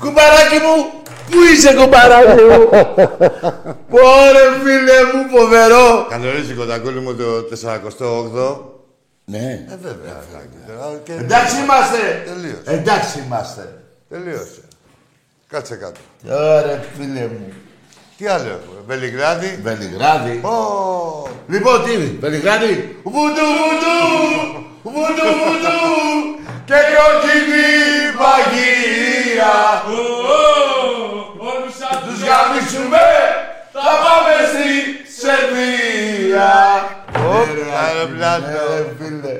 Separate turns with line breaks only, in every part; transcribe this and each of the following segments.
Κουμπαράκι μου! Πού είσαι κουμπαράκι μου! Πόρε φίλε μου, φοβερό!
Καλωρίζει κοντακούλη μου το 48ο.
Ναι.
Ε, βέβαια. εντάξει, τώρα, και-
Εντάξει είμαστε!
Τελείωσε.
Εντάξει είμαστε.
Τελείωσε. Κάτσε κάτω.
Ωραία φίλε μου.
Τι άλλο έχουμε. Βελιγράδι.
Βελιγράδι.
Ω,
Λοιπόν, τι είναι, Βελιγράδι. Βουντου, βουντου, βουντου, βουντου και κόκκινη παγίδα.
Όλους
Τους
τους
γαμίσουμε, θα πάμε στη Σερβία.
Ωπ,
Ναι, ρε,
αεροπλάνο.
ναι, ρε, φίλε.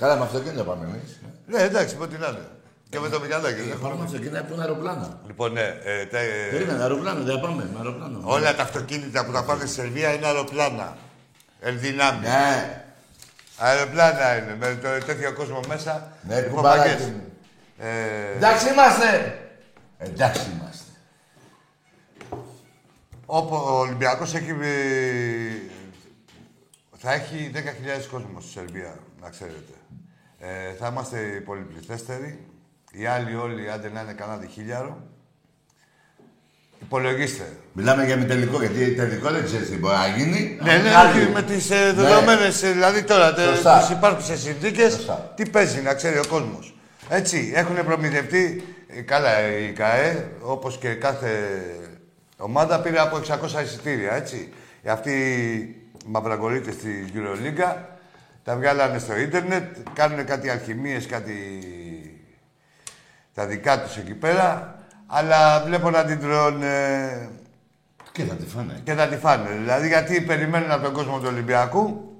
Καλά, με αυτοκίνητα πάμε εμείς.
Ναι, εντάξει, πω την άλλη. Και με το Μιχαλάκη. δεν
Πάμε με αυτοκίνητα που είναι αεροπλάνα.
Λοιπόν, ναι, ε, τα- ε,
Περίμενε, αεροπλάνο, δεν πάμε με αεροπλάνο.
όλα τα αυτοκίνητα που θα πάνε στη Σερβία είναι αεροπλάνα. Ενδυνάμει.
Ναι,
Αεροπλάνα είναι, με το, τέτοιο κόσμο μέσα.
ναι,
Λοιπόν,
κουμπαράκι
παγκές.
μου.
Ε,
Εντάξει είμαστε. Εντάξει είμαστε.
όπου ο Ολυμπιακός έχει... ε, Θα έχει 10.000 κόσμος στη Σερβία, να ξέρετε. Ε, θα είμαστε οι πολυπληθέστεροι. Οι άλλοι όλοι, άντε να είναι κανέναν χιλιάρο. Υπολογίστε.
Μιλάμε για μη τελικό, γιατί τελικό δεν ξέρεις τι μπορεί να γίνει.
Ναι, ναι,
Άλλη.
όχι, με τις ε, δεδομένε, δηλαδή τώρα,
Σωστά.
τις υπάρχουσες συνθήκες,
Σωστά.
τι παίζει να ξέρει ο κόσμος. Έτσι, έχουν προμηθευτεί ε, καλά ε, η ΚΑΕ, όπως και κάθε ομάδα πήρε από 600 εισιτήρια, έτσι. Αυτοί οι μαυραγκολίτες τη EuroLeague τα βγάλανε στο ίντερνετ, κάνουν κάτι αλχημίες, κάτι τα δικά τους εκεί πέρα, αλλά βλέπω να την τρώνε
Και θα τη φάνε.
και θα τη φάνε. Δηλαδή γιατί περιμένουν από τον κόσμο του Ολυμπιακού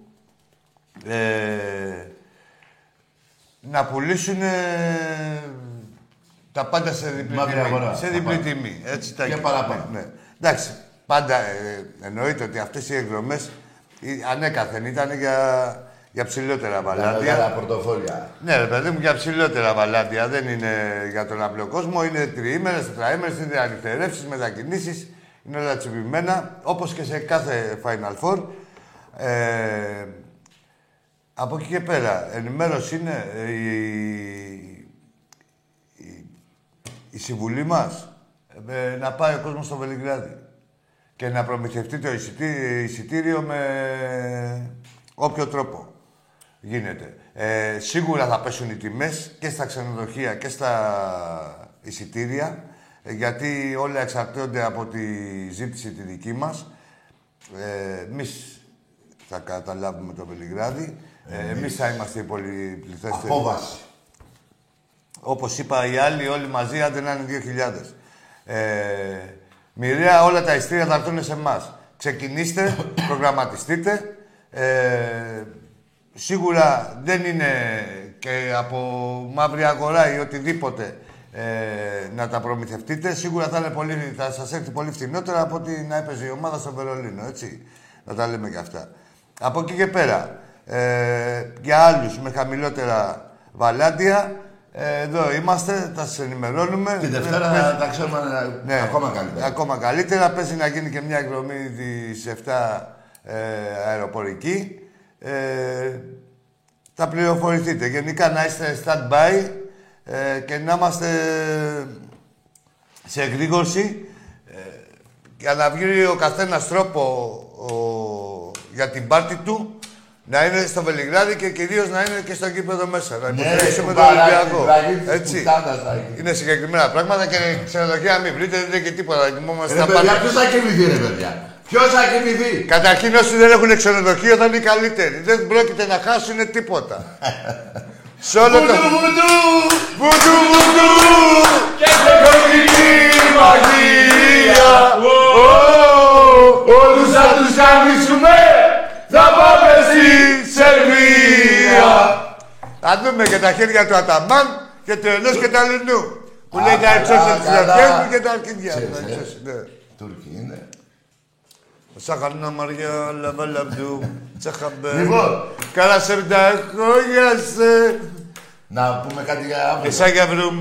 ε, να πουλήσουν ε, τα πάντα σε διπλή
Μαύρη
τιμή.
αγορά.
Σε
Τα
διπλή
πάντα.
τιμή. Έτσι τα
Και
εκεί.
παραπάνω.
Ναι. Εντάξει, πάντα ε, εννοείται ότι αυτές οι εκδρομές ε, ανέκαθεν ήταν για, για ψηλότερα
Τα
βαλάντια.
μεγάλα πορτοφόλια.
Ναι, ρε παιδί μου, για ψηλότερα βαλάντια. Δεν είναι για τον απλό κόσμο. Είναι τριήμερες, τετραήμερες, είναι ανυτερεύσει, μετακινήσεις. Είναι όλα τσιμπημένα, όπως και σε κάθε Final Four. Ε, από εκεί και πέρα, ενημέρωση είναι ε, η, η συμβουλή μας ε, να πάει ο κόσμος στο Βελιγράδι και να προμηθευτεί το εισιτή- εισιτήριο με όποιο τρόπο γίνεται. Ε, σίγουρα θα πέσουν οι τιμές και στα ξενοδοχεία και στα εισιτήρια ε, γιατί όλα εξαρτώνται από τη ζήτηση τη δική μας. Ε, εμείς θα καταλάβουμε το Βελιγράδι. Ε, εμείς θα είμαστε οι πολυπληθέστεροι.
Απόβαση.
Όπως είπα, οι άλλοι όλοι μαζί, άντε να είναι 2.000. Ε, μοιραία όλα τα ειστήρια θα έρθουν σε εμάς. Ξεκινήστε, προγραμματιστείτε. Ε, σίγουρα δεν είναι και από μαύρη αγορά ή οτιδήποτε ε, να τα προμηθευτείτε. Σίγουρα θα, είναι πολύ, θα σας έρθει πολύ φθηνότερα από ότι να έπαιζε η ομάδα στο Βερολίνο, έτσι. Να τα λέμε και αυτά. Από εκεί και πέρα, ε, για άλλους με χαμηλότερα βαλάντια, ε, εδώ είμαστε, θα σας ενημερώνουμε.
Την
Ε,
Δευτέρα τα ξέρουμε να-
ναι.
ακόμα καλύτερα.
Ακόμα καλύτερα. Πέσει να γίνει και μια εκδρομή της 7 ε, αεροπορική. Ε, θα πληροφορηθείτε. Γενικά να είστε stand-by ε, και να είμαστε σε εγρήγορση ε, για να βγει ο καθένας τρόπο ο, για την πάρτη του να είναι στο Βελιγράδι και κυρίως να είναι και στο γήπεδο μέσα. Να
Ναι,
υποστηρίξουμε τον Ολυμπιακό. Έτσι.
Έτσι.
Είναι συγκεκριμένα πράγματα και ξενοδοχεία μην βρείτε, δεν είναι και τίποτα. Κοιμόμαστε
Ρε
τα
παιδιά,
πάντα.
ποιος θα κοιμηθεί ρε παιδιά. Ποιος θα κοιμηθεί.
Καταρχήν όσοι δεν έχουν ξενοδοχείο θα είναι οι καλύτεροι. Δεν πρόκειται να χάσουν τίποτα. Σε όλο το... Βουντου, βουντου! Και κόκκινη μαγεία!
Όλους θα τους καμίσουμε.
Θα πάμε στη Σερβία! Θα δούμε και τα χέρια του Αταμάν και του ενός και του αλληνού. Που
Α,
λέει να
καλά,
εξώσει τις
καλά.
αρχές μου και τα αρχίδια μου.
Ξέρεις,
Να
ε.
εξώσει, ναι.
Τούρκοι είναι.
Σαχανά Μαριά, λαβαλαμπτού, τσαχαμπέ.
Λοιπόν.
καλά σε χρόνια σε.
Να πούμε κάτι για αύριο.
Εσάγια βρούμ.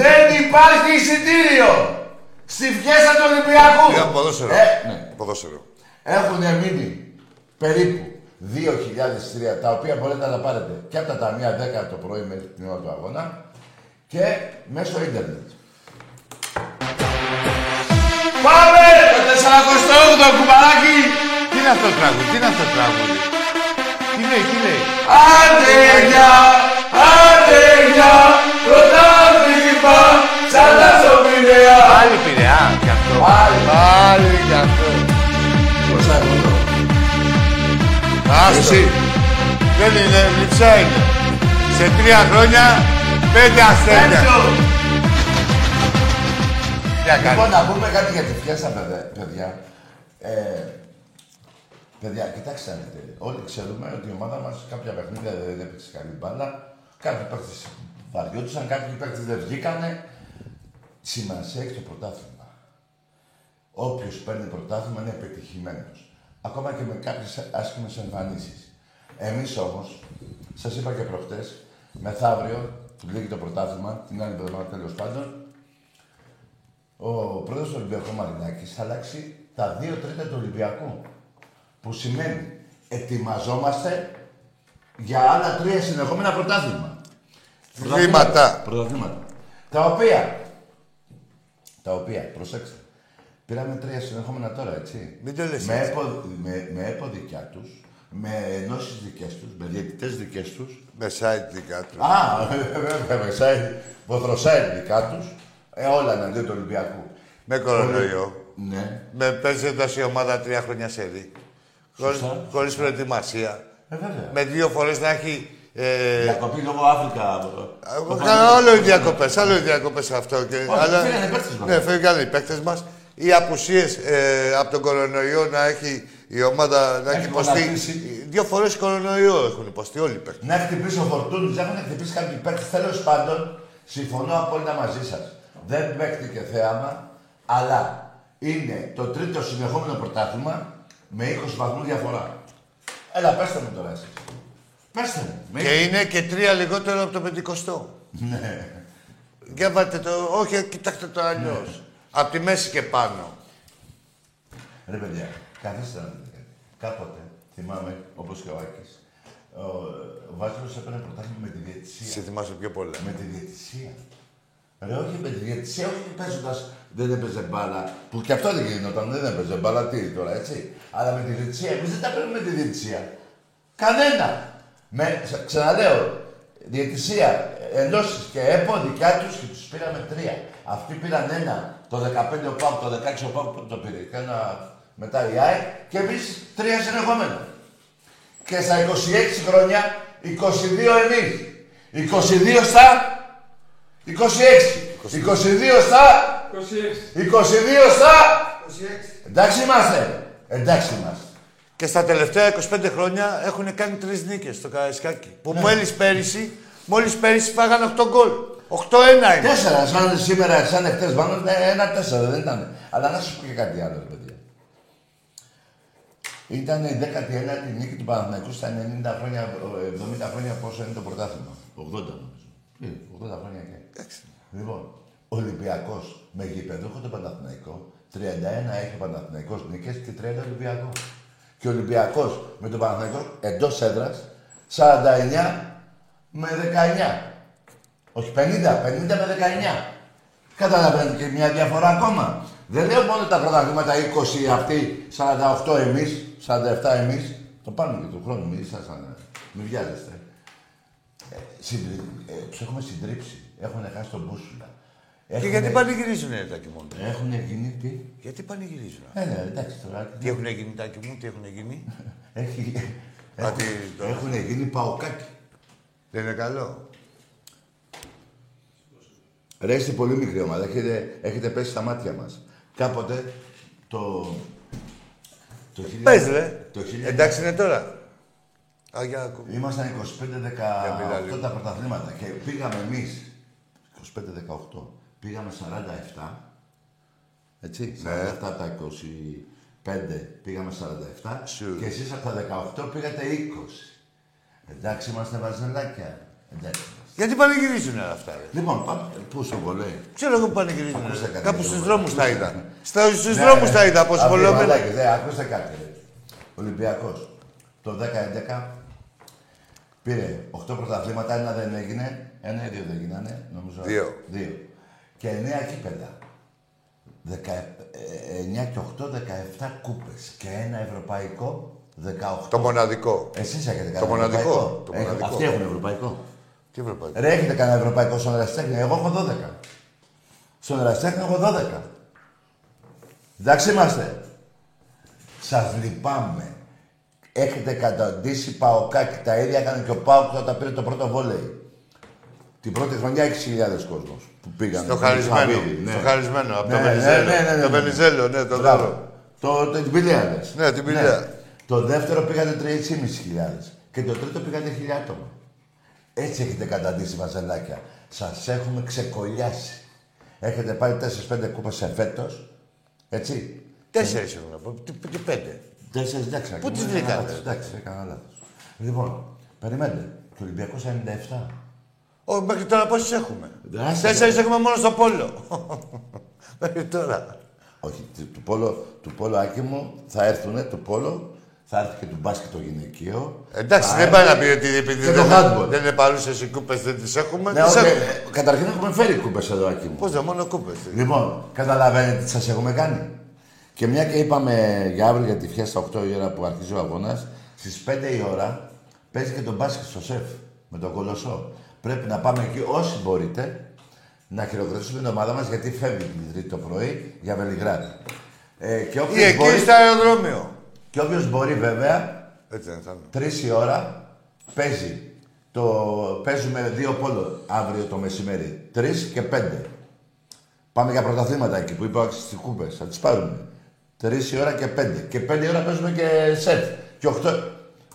Δεν υπάρχει εισιτήριο στη φιέστα του Ολυμπιακού.
Για ποδόσφαιρο.
Ε, ναι.
Ποδόσφαιρο.
Έχουν μείνει περίπου 2.003 τα οποία μπορείτε να τα πάρετε και από τα ταμεία 10 το πρωί μέχρι την ώρα του αγώνα και μέσω ίντερνετ. Πάμε! Το 48 κουμπαράκι!
Τι είναι αυτό το τραγούδι, τι είναι αυτό το τραγούδι. Τι λέει, τι λέει.
Άντε για, άντε για, πρωτάθλημα, σαν τα σοπηλαία.
Πάλι πειραιά κι αυτό.
Πάλι.
Πάλι κι αυτό.
Πώς θα βγω εδώ.
Άστο. Δεν είναι, λυψά είναι. Σε τρία χρόνια, πέντε αστέρια. Τι να
Λοιπόν,
κάνεις.
να πούμε κάτι για τη φιέστα, παιδε- παιδιά. Ε, παιδιά, κοιτάξτε να δείτε. Όλοι ξέρουμε ότι η ομάδα μας κάποια παιχνίδια δεν έπαιξε καλή μπάλα. Κάποιοι παίχτε βαριόντουσαν, κάποιοι παίχτε δεν βγήκανε. Σημασία έχει το πρωτάθλημα. Όποιος παίρνει πρωτάθλημα είναι πετυχημένο. Ακόμα και με κάποιες άσχημες εμφανίσεις. Εμείς όμως, σας είπα και προχτές, μεθαύριο, που λύγει το πρωτάθλημα, την άλλη εβδομάδα τέλος πάντων, ο πρόεδρος του Ολυμπιακού Μαρινάκης θα αλλάξει τα δύο τρίτα του Ολυμπιακού. Που σημαίνει ετοιμαζόμαστε για άλλα τρία συνεχόμενα πρωτάθλημα.
Βήματα.
Πρωταθλήματα. Τα οποία, τα οποία, προσέξτε, πήραμε τρία συνεχόμενα τώρα, έτσι.
Μην το λες ε.
με,
έτσι.
έπο, με, με έπο δικιά τους, με ενώσεις δικές τους, με διαιτητές δικές τους,
Με site δικά τους.
Α, βέβαια, ξέρει. Βοθροσάει δικά τους. Ε, όλα εναντίον του Ολυμπιακού.
Με κορονοϊό.
Ναι.
Με παίζοντας η ομάδα τρία χρόνια σε δει.
Σωστά.
Χωρίς προετοιμασία.
Ε, βέβαια.
Με δύο φορές να έχει... Ε,
Διακοπή λόγω Αφρικα.
εγώ κάνω άλλο οι διακοπές, άλλο οι διακοπές αυτό. Και,
Όχι, φύγανε οι παίκτες μας.
Ναι, φύγανε οι παίκτες μας. Οι απουσίες ε, από τον κορονοϊό να έχει η ομάδα να έχει
Έχει
υποστεί.
γονατίσει.
Δύο φορές κορονοϊό έχουν υποστεί όλοι οι παίκτες.
Να χτυπήσει ο Φορτούνης, να έχουν χτυπήσει κάποιοι παίκτες. Τέλος πάντων, συμφωνώ απόλυτα μαζί σας. Δεν παίχτηκε θέαμα, αλλά είναι το τρίτο συνεχόμενο πρωτάθλημα με 20 βαθμούς διαφορά. Έλα, πέστε μου τώρα εσείς. Πέστε μου. Με
Και είναι και τρία λιγότερο από το 50. Ναι. Για βάλτε το, όχι, κοιτάξτε το αλλιώς. Απ' τη μέση και πάνω.
Ρε παιδιά, καθίστε να δείτε κάτι. Κάποτε, θυμάμαι, όπως και ο Άκης, ο, ο Βάζελος έπαιρνε πρωτάθλημα με τη
Σε
διαιτησία.
θυμάσαι πιο πολλά.
Με τη διαιτησία. Ρε, όχι με τη διαιτησία, όχι παίζοντας δεν έπαιζε μπάλα. Που και αυτό δεν γινόταν, δεν έπαιζε μπάλα, τι τώρα, έτσι. Αλλά με τη διαιτησία, εμείς δεν τα παίρνουμε με τη διαιτησία. Κανένα. Με, ξα- ξαναλέω, διαιτησία ενώσεις και ΕΠΟ δικιά τους και τους πήραμε τρία. Αυτοί πήραν ένα, το 15 ο ΠΑΠ, το 16 ο ΠΑΠ που το πήρε. Και ένα μετά η ΑΕΚ και εμείς τρία συνεχόμενα. Και στα 26 χρόνια, 22 εμείς. 22 στα 26. 22 στα 22 στα 26. Εντάξει είμαστε. Εντάξει είμαστε.
Και στα τελευταία 25 χρόνια Ναι. έχουν κάνει τρεις νίκες στο Καραϊσκάκι. Που μόλις πέρυσι, μόλις πέρυσι φάγανε 8 γκολ. 8 8-1 είναι.
Τέσσερα, σαν σήμερα, σαν εχθές πάνω, ναι, ένα τέσσερα δεν ήταν. Αλλά να σου πω και κάτι άλλο, ρε παιδιά. Ήταν η 19η νίκη του Παναθηναϊκού στα 90 χρόνια, 70 χρόνια πόσο είναι το πρωτάθλημα. 80 νομίζω. Ε, 80 χρόνια και. Λοιπόν, Ολυμπιακός με γηπεδούχο το Παναθηναϊκό, 31 έχει ο Παναθηναϊκός νίκες και 30 Ολυμπιακό. Και ο Ολυμπιακός με τον Παναθηναϊκό εντός έδρας, 49 με 19. Όχι 50, 50 με 19. Καταλαβαίνετε και μια διαφορά ακόμα. Δεν λέω μόνο τα πρωταθλήματα 20 αυτοί, 48 εμείς, 47 εμείς. Το πάμε και του χρόνου, μην ήσασταν, μην βιάζεστε. Ε, συντρι... ε, τους έχουμε συντρίψει. Έχουν χάσει τον μπούσουλα.
Και
Έχουνε-
γιατί πανηγυρίζουνε τα κοιμούν.
Έχουνε γίνει τι.
Γιατί πανηγυρίζουνε.
Ε, ναι, εντάξει τώρα.
Τι έχουν γίνει τα κοιμούν, τι έχουν γίνει.
Έχει...
Κάτι
έχουν-
τώρα.
Έχουνε γίνει παοκάκι.
Δεν είναι καλό.
Ρε, είστε πολύ μικρή ομάδα. Έχετε, έχετε πέσει στα μάτια μας. Κάποτε το... Το
Πες ρε.
Το 1900
Εντάξει είναι τώρα. Α, για ακού.
Ήμασταν 25-18
Για λίγο.
τα πρωταθλήματα και πήγαμε εμείς 25-18. Πήγαμε 47.
Ναι.
Έτσι, 47 από τα 25 πήγαμε 47
Σου.
και εσείς από τα 18 πήγατε 20. Εντάξει, είμαστε βαζελάκια. Εντάξει.
Γιατί πανηγυρίζουνε αυτά, ρε.
Λοιπόν, πάμε. Πού στο βολέι.
Ξέρω εγώ που πανηγυρίζουνε.
Ακούστε
ρε.
κάτι,
Κάπου στους
ακούστε.
δρόμους τα είδα. Στα- Στους
Ναι,
δρόμους
ε,
τα είδα,
αυτοί οι
αποσχολόμενα.
μαλάκες, Ναι, ακούστε κάτι. ρε. Ολυμπιακός. Το 10-11 πήρε 8 πρωταθλήματα, ένα δεν έγινε, ένα ή δύο δεν γίνανε, νομίζω.
Δύο.
δύο. Και 9 κύπελα. 9 και 8, 17 κούπες και ένα ευρωπαϊκό 18.
Το μοναδικό.
Εσείς έχετε κανένα
Το μοναδικό,
ευρωπαϊκό.
το
Έχετε-
μοναδικό.
Αυτοί έχουν ευρωπαϊκό.
Τι ευρωπαϊκό.
Ρε, έχετε κανένα ευρωπαϊκό στον Εραστέχνη. Εγώ έχω 12. Στον Εραστέχνη έχω 12. Εντάξει είμαστε. Σας λυπάμαι. Έχετε καταντήσει παοκάκι. Τα ίδια έκανε και ο Πάοκ όταν πήρε το πρώτο βόλεϊ. Την πρώτη χρονιά 6.000 κόσμος που πήγαν.
Στο χαρισμένο.
Χαβίδι, ναι.
Στο χαρισμένο. Από
Ναι,
το
ναι,
Βενιζέλο.
ναι, ναι, ναι,
Το
ναι.
Βενιζέλο, ναι, το
Μπράβο.
δώρο.
Το, το, την Πηλαία, λες.
Ναι, την Πηλαία.
Το δεύτερο πήγατε 3.500 και το τρίτο πήγατε 1.000 άτομα. Έτσι έχετε καταντήσει βαζελάκια. Σας έχουμε ξεκολλιάσει. Έχετε πάρει 4-5 κούπες σε φέτος. Έτσι.
Τέσσερις έχουν να πω. Τι- Τι πέντε.
4 εντάξει.
Πού
έκανα
τις
ένα
βρήκατε?
λάθος. Εντάξει, έκανα λάθος. Λοιπόν, περιμένετε. Το Ολυμπιακό 97.
Ω, μέχρι τώρα πόσους έχουμε.
Δράσες,
Τέσσερις έχουμε μόνο στο πόλο. Μέχρι τώρα.
Όχι, του- του πόλο, του πόλο άκη μου θα έρθουνε, του πόλο, θα έρθει και του μπάσκετ το γυναικείο.
Εντάξει,
Θα
δεν
έρθει-
πάει να πει ότι επειδή
και το
δεν,
handball.
δεν είναι παρούσες οι κούπες, δεν τις έχουμε.
Ναι,
τις
όχι,
έχουμε.
ε, καταρχήν έχουμε φέρει κούπες εδώ, Άκη μου.
Πώς δεν, μόνο κούπες.
Λοιπόν, καταλαβαίνετε τι σας έχουμε κάνει. Και μια και είπαμε για αύριο για τη φιά στα 8 η ώρα που αρχίζει ο αγώνας, στις 5 η ώρα παίζει και τον μπάσκετ στο σεφ με τον κολοσσό. Πρέπει να πάμε εκεί όσοι μπορείτε να χειροκροτήσουμε την ομάδα μας γιατί φεύγει την Τρίτη το πρωί για Βελιγράδι. Ε, και
Ή
όποιο
εκεί
μπορείς,
στο αεροδρόμιο.
και όποιος μπορεί βέβαια
Έτσι δεν θα είναι.
Τρεις η ώρα παίζει. Το, παίζουμε δύο πόλο αύριο το μεσημέρι. Τρεις και πέντε. Πάμε για πρωταθλήματα εκεί που είπα ο Άκης στις κούπες. Θα τις πάρουμε. Τρεις η ώρα και πέντε. Και πέντε η ώρα παίζουμε και σετ. Και οχτώ.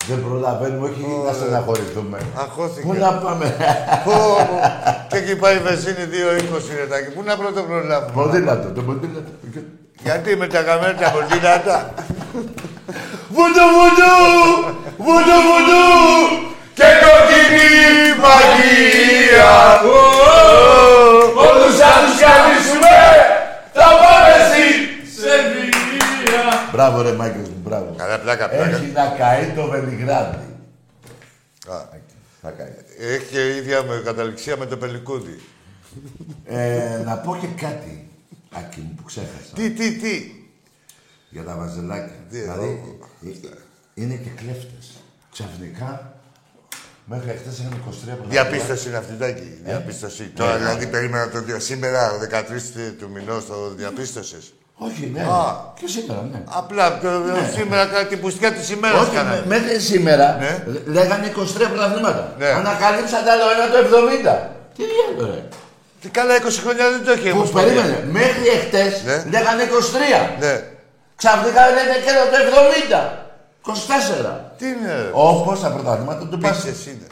Δεν προλαβαίνουμε, όχι να στεναχωρηθούμε.
Αχώθηκε.
Πού να πάμε.
Πω, πω. και εκεί πάει η Βεσίνη 2-20 ρετάκι. Πού να πρώτο προλάβουμε.
Ποδήλατο, το ποδήλατο.
Γιατί με τα καμένα τα ποντίνατα.
Βουντου, βουντου! Βουντου, βουντου!
και κοκκινή μαγεία.
Όλους θα τους καθίσουμε, θα πάμε στη Σερβία.
Μπράβο ρε Μάικλς μου, μπράβο.
Καλά πλάκα, πλάκα.
Έχει να καεί το Βελιγράδι.
Α,
Θα καεί.
Έχει και ίδια με καταληξία με το Πελικούδι.
Ε, να πω και κάτι, Άκη μου, που ξέχασα.
Τι, τι, τι.
Για τα βαζελάκια.
Τι
δηλαδή, ε, ε, είναι και κλέφτες. Ξαφνικά, μέχρι χτες είχαν 23 πρωταθλήματα.
Διαπίστωση είναι αυτή, Τάκη.
Ε? Ναι.
Διαπίστωση. Τώρα δηλαδή περίμενα το δύο. Σήμερα, 13 του μηνός, το διαπίστωσες.
Όχι, ναι.
Α.
Και σήμερα, ναι.
Απλά το, σήμερα κάτι που σκέφτεται της ημέρας
Όχι,
κάνανε.
με- μέχρι σήμερα
Ναι.
λέ- λέγανε 23 πρωταθλήματα.
Ναι.
Ανακαλύψατε άλλο ένα το 70. Τι διάλογο, ρε.
Τι καλά 20 χρόνια δεν το έχει η
Που
Ομοσπονδία.
περίμενε, μέχρι εχθές
Ναι.
λέγανε 23.
Ναι.
Ξαφνικά λένε και το 70. 24.
Τι είναι, ρε.
Όπως τα πρωταθλήματα του μπάσκετ.
Πίτσες είναι.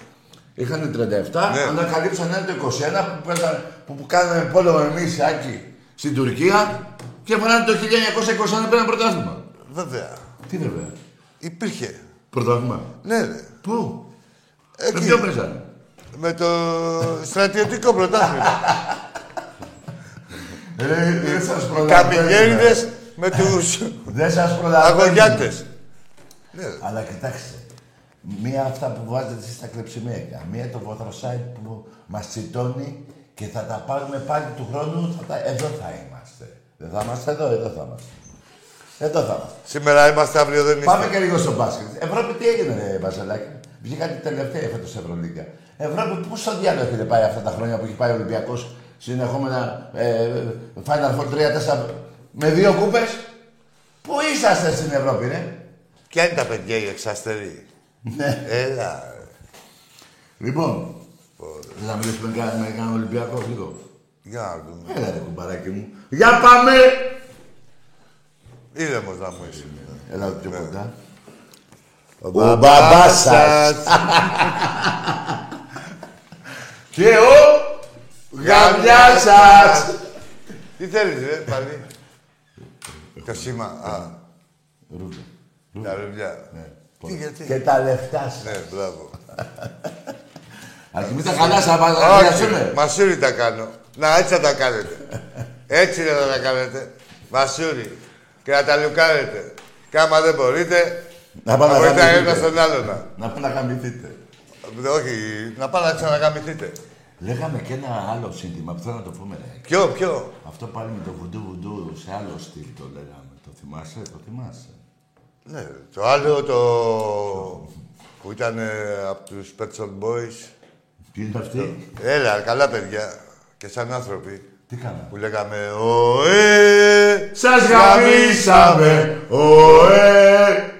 Είχαν 37,
Ναι.
ανακαλύψαν ένα το 21 που, παίζανε- που, που κάναμε πόλεμο εμείς, Άκη, στην Τουρκία και βάλανε το 1921 πήραν πρωτάθλημα.
Βέβαια.
Τι είναι βέβαια.
Υπήρχε.
Πρωτάθλημα.
Ναι, ρε.
Πού. Με
Εκεί.
ποιο παίζανε.
Με το στρατιωτικό πρωτάθλημα.
Ε, Δεν σας προλαβαίνουμε.
Καπηγέριδες με τους
Δεν σας προλαβαίνουμε.
αγωγιάτες. Ναι, ρε.
Αλλά κοιτάξτε, μία αυτά που βάζετε εσείς στα κλεψιμέρικα, μία το βοθροσάιτ που μας τσιτώνει και θα τα πάρουμε πάλι του χρόνου, θα τα... εδώ θα είμαστε. Δεν θα είμαστε εδώ, εδώ θα είμαστε. Εδώ θα είμαστε.
Σήμερα είμαστε, αύριο δεν
Πάμε
είμαστε.
και λίγο στο μπάσκετ. Ευρώπη τι έγινε, ρε Μπαζελάκη. Βγήκατε τελευταία φέτος στην Ευρωλίγκα. Ευρώπη πού στο διάλογο έχετε πάει αυτά τα χρόνια που έχει πάει ο Ολυμπιακός συνεχόμενα ε, Final Four 3-4 με δύο κούπες. Πού είσαστε στην Ευρώπη, ρε.
Ποια είναι τα παιδιά οι εξαστεροί.
Ναι.
Έλα. ρε.
Λοιπόν, θες να μιλήσουμε κα- με κανέναν Ολυμπιακός λίγο.
Για να δούμε.
Έλα ρε κουμπαράκι μου. Για πάμε!
Ήρεμος να μου είσαι.
Έλα πιο κοντά.
Ο
μπαμπάς σας. Και ο γαμιάς σας!
Τι θέλεις, ρε, πάλι. Το σήμα. Α,
Ρούβλια.
τα ρουβλιά. Τι,
Και
γιατί.
τα λεφτά σας.
Ναι, μπράβο.
Αρχι μην τα χαλάς, να πας να
Όχι,
πιάσουμε.
μασούρι τα κάνω. Να, έτσι θα τα κάνετε. Έτσι δεν θα τα κάνετε. Μασούρι. Και να τα λουκάρετε. Και άμα δεν μπορείτε,
Να
να
πάμε να
βοηθάει ένα
γαμηθείτε.
στον άλλο να.
Να πάμε να γαμηθείτε.
Ε, Όχι, να πάνε να ξαναγαμηθείτε.
Λέγαμε και ένα άλλο σύνθημα που θέλω να το πούμε. Ρε.
Ποιο, ποιο.
Αυτό πάλι με το βουντού βουντού σε άλλο στυλ το λέγαμε. Το θυμάσαι, το θυμάσαι.
Ναι, το άλλο το... που ήταν ε, από τους Pet Shop Boys.
Ποιοι είναι αυτοί.
Έλα, καλά παιδιά. Και σαν άνθρωποι.
Τι κάναμε.
Που λέγαμε «ΟΕ,
Σας γαμίσαμε, ωε!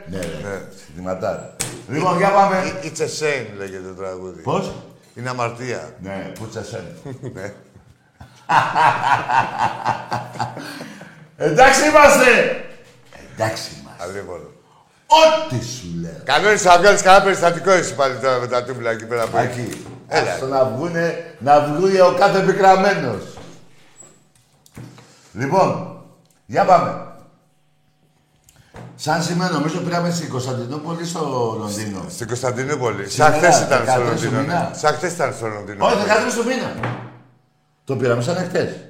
Ναι, ρε, συνθηματάρα. Λοιπόν, για πάμε.
Ε, It's a shame» λέγεται το τραγούδι.
Πώς?
Είναι αμαρτία.
Ναι, πούτσα σεν.
Ναι.
Εντάξει είμαστε! Εντάξει είμαστε.
Αλλήμον.
Ό,τι σου λέω.
Κανόνισε να βγάλει κανένα περιστατικό εσύ πάλι τώρα με τα τούμπλα εκεί πέρα από εκεί.
Ακή,
Έλα.
στο να βγούνε, να βγούνε ο κάθε πικραμένος. Λοιπόν, για πάμε. Σαν σήμερα νομίζω πήραμε στην Κωνσταντινούπολη στο Λονδίνο.
Στην Κωνσταντινούπολη. Σαν
Σήμερα,
χθες ήταν στο
13 του
Λονδίνο.
μήνα.
ναι. Σαν χθες ήταν στο Λονδίνο.
Όχι, 13 του μήνα. Το πήραμε σαν εχθές.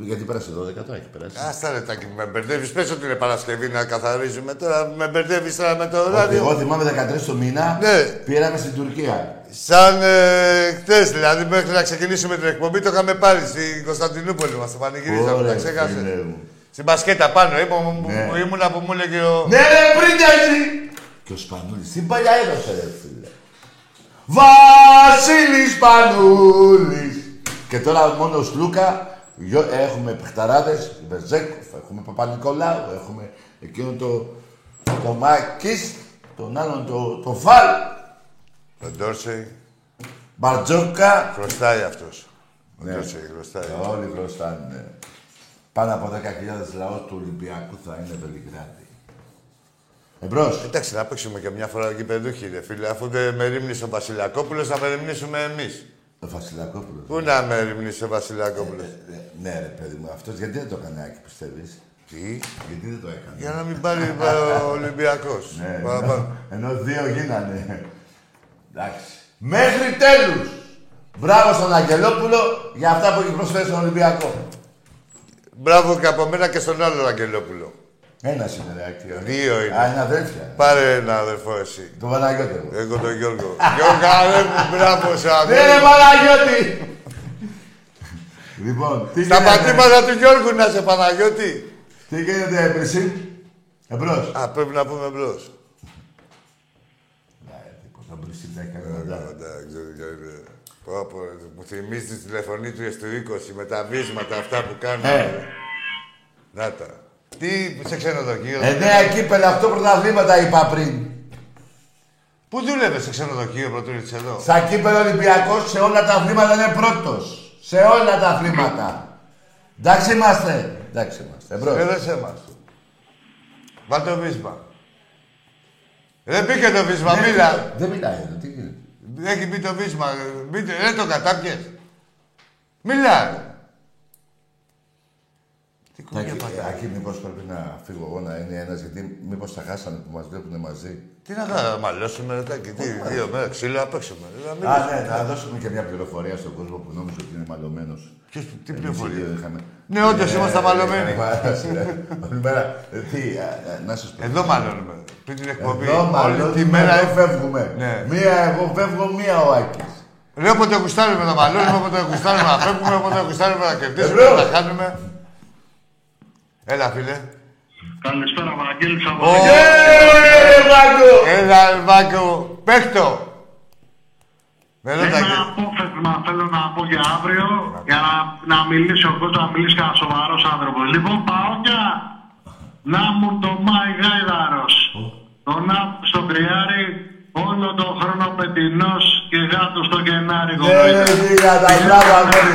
Γιατί πέρασε 12, το έχει περάσει.
Ας τα λεπτάκι που με μπερδεύεις. Πες ότι είναι Παρασκευή να καθαρίζουμε τώρα. Με μπερδεύεις τώρα με το
Ότι
ράδιο.
Εγώ θυμάμαι 13 του μήνα
Ναι.
πήραμε στην Τουρκία.
Σαν ε, χθες δηλαδή μέχρι να ξεκινήσουμε την εκπομπή το είχαμε πάρει στην Κωνσταντινούπολη μας. Το πανηγυρίζαμε.
Ωραία,
Τα
φίλε
ξεχάσε.
μου.
Στην μπασκέτα πάνω ήμουν, που-
Ναι.
που ήμουνα που μου έλεγε ο.
Ναι, ρε, πριν έτσι! Και ο Σπανούλης, τι παλιά έδωσε, ρε φίλε. Βασίλης Σπανούλης. Και τώρα μόνο ο Σλούκα, γιο- έχουμε παιχταράδες, Βεζέκοφ, έχουμε Παπα-Νικολάου, έχουμε εκείνο το, το Μακής, τον άλλον το, το Φαλ,
Ο Ντόρσεϊ
Μπαρτζόκα,
χρωστάει αυτός. Ο
Ναι.
Ντόρσεϊ χρωστάει.
Όλοι μπροστά είναι. Πάνω από 10.000 λαός του Ολυμπιακού θα είναι Βελιγράδι. Εμπρός.
Εντάξει, να παίξουμε και μια φορά γηπεδούχοι, ρε φίλε. Αφού δεν με ρίμνησε ο Βασιλακόπουλος, να με ρίμνήσουμε εμείς.
Ο Βασιλακόπουλος.
Πού να με ρίμνησε ο Βασιλακόπουλος.
Ε, Ναι, ρε παιδί μου, αυτός γιατί δεν το έκανε, Άκη, πιστεύεις.
Τι,
Γιατί δεν το έκανε.
για να μην πάρει ε, ο Ολυμπιακός.
Ναι, ενώ, ενώ δύο γίνανε. Εντάξει. Μέχρι τέλους. Μπράβο στον Αγγελόπουλο για αυτά που έχει προσφέρει στον Ολυμπιακό.
Μπράβο και από μένα και στον άλλο Αγγελόπουλο.
Ένα είναι ρε Άκη.
Δύο είναι. Ε,
Α, είναι αδέρφια.
Πάρε ένα αδερφό εσύ.
Το Παναγιώτη. εγώ.
Εγώ τον Γιώργο. Γιώργο, ρε μου, μπράβο σε
Ναι, ρε
αγόρι.
Παναγιώτη. λοιπόν, τι
Τα
γίνεται,
πατήματα του Γιώργου να σε Παναγιώτη.
Τι γίνεται, Μπρισί. Εμπρός.
Α, πρέπει να πούμε μπρο.
Ναι, τίποτα, Μπρισί δεν έκανε
Ε.
μετά.
Μου θυμίζεις τις τηλεφωνήτριες του 20 με τα βίσματα αυτά που κάνουν.
Ε,
Να τα. Τι σε ξενοδοχείο.
εννέα κύπελα, ναι, αυτό πρωταθλήματα είπα πριν.
Πού δούλευε σε ξενοδοχείο πρωτού ήρθες εδώ.
Στα κύπελο Ολυμπιακός σε όλα τα αθλήματα είναι πρώτος. Σε όλα τα αθλήματα. Εντάξει είμαστε. Εντάξει είμαστε. Εμπρό.
Εδώ σε εμάς. Βάλ το βίσμα. Δεν μπήκε το βίσμα, μίλα.
Ναι, Δεν μιλάει εδώ, τι γίνεται.
Έχει μπει το βίσμα. Μπείτε, ρε το κατάπιες. Μιλά. ρε. Τι κουμπιά
Άκη,
πατάει.
Άκη, μήπως πρέπει να φύγω εγώ να είναι ένας, γιατί μήπως τα χάσανε που μας βλέπουν μαζί.
Τι να κάνω, μαλώσουμε ρε τάκι, τι, δύο μέρες ξύλο απέξουμε.
Α, ναι, να δώσουμε και μια πληροφορία στον κόσμο που νόμιζε ότι είναι μαλωμένος.
Ποιος, τι
Εμείς
πληροφορία.
οι δύο είχαμε.
Ναι, όντως
Ε,
είμαστε μαλωμένοι.
ε, μάλιστα, ε. Όλη μέρα, ε, τι, α, α, να σας πω.
Εδώ μάλλον, πριν την εκπομπή.
ε. Εδώ
Ε, Όλη τη
μαλώνουμε,
μέρα
εδώ φεύγουμε.
Ναι.
Μία εγώ φεύγω, μία ο Άκης.
Ρε όποτε γουστάρουμε να μαλώνουμε, όποτε γουστάρουμε να φεύγουμε, όποτε γουστάρουμε να κερδίσουμε,
Ευρώ.
να χάνουμε. Έλα, φίλε.
Καλησπέρα, Βαγγέλης από
Ω,
την
Ναι,
Έλα, Αλβάκο. Παίχτο. Με ρώτα
Ένα
και...
απόφευγμα θέλω να πω για αύριο για να, να μιλήσει ο κόσμο, να μιλήσει κανένα σοβαρός άνθρωπος. Λοιπόν, Παόκια, να μου το Μάη Γάιδαρος. Τον Άπ στον Κριάρι, όλο τον χρόνο πετεινός και γάτο στο Γενάρη.
Ναι,
κοπέλα.
ρε, γίγαντα, μπράβο, αγόρι.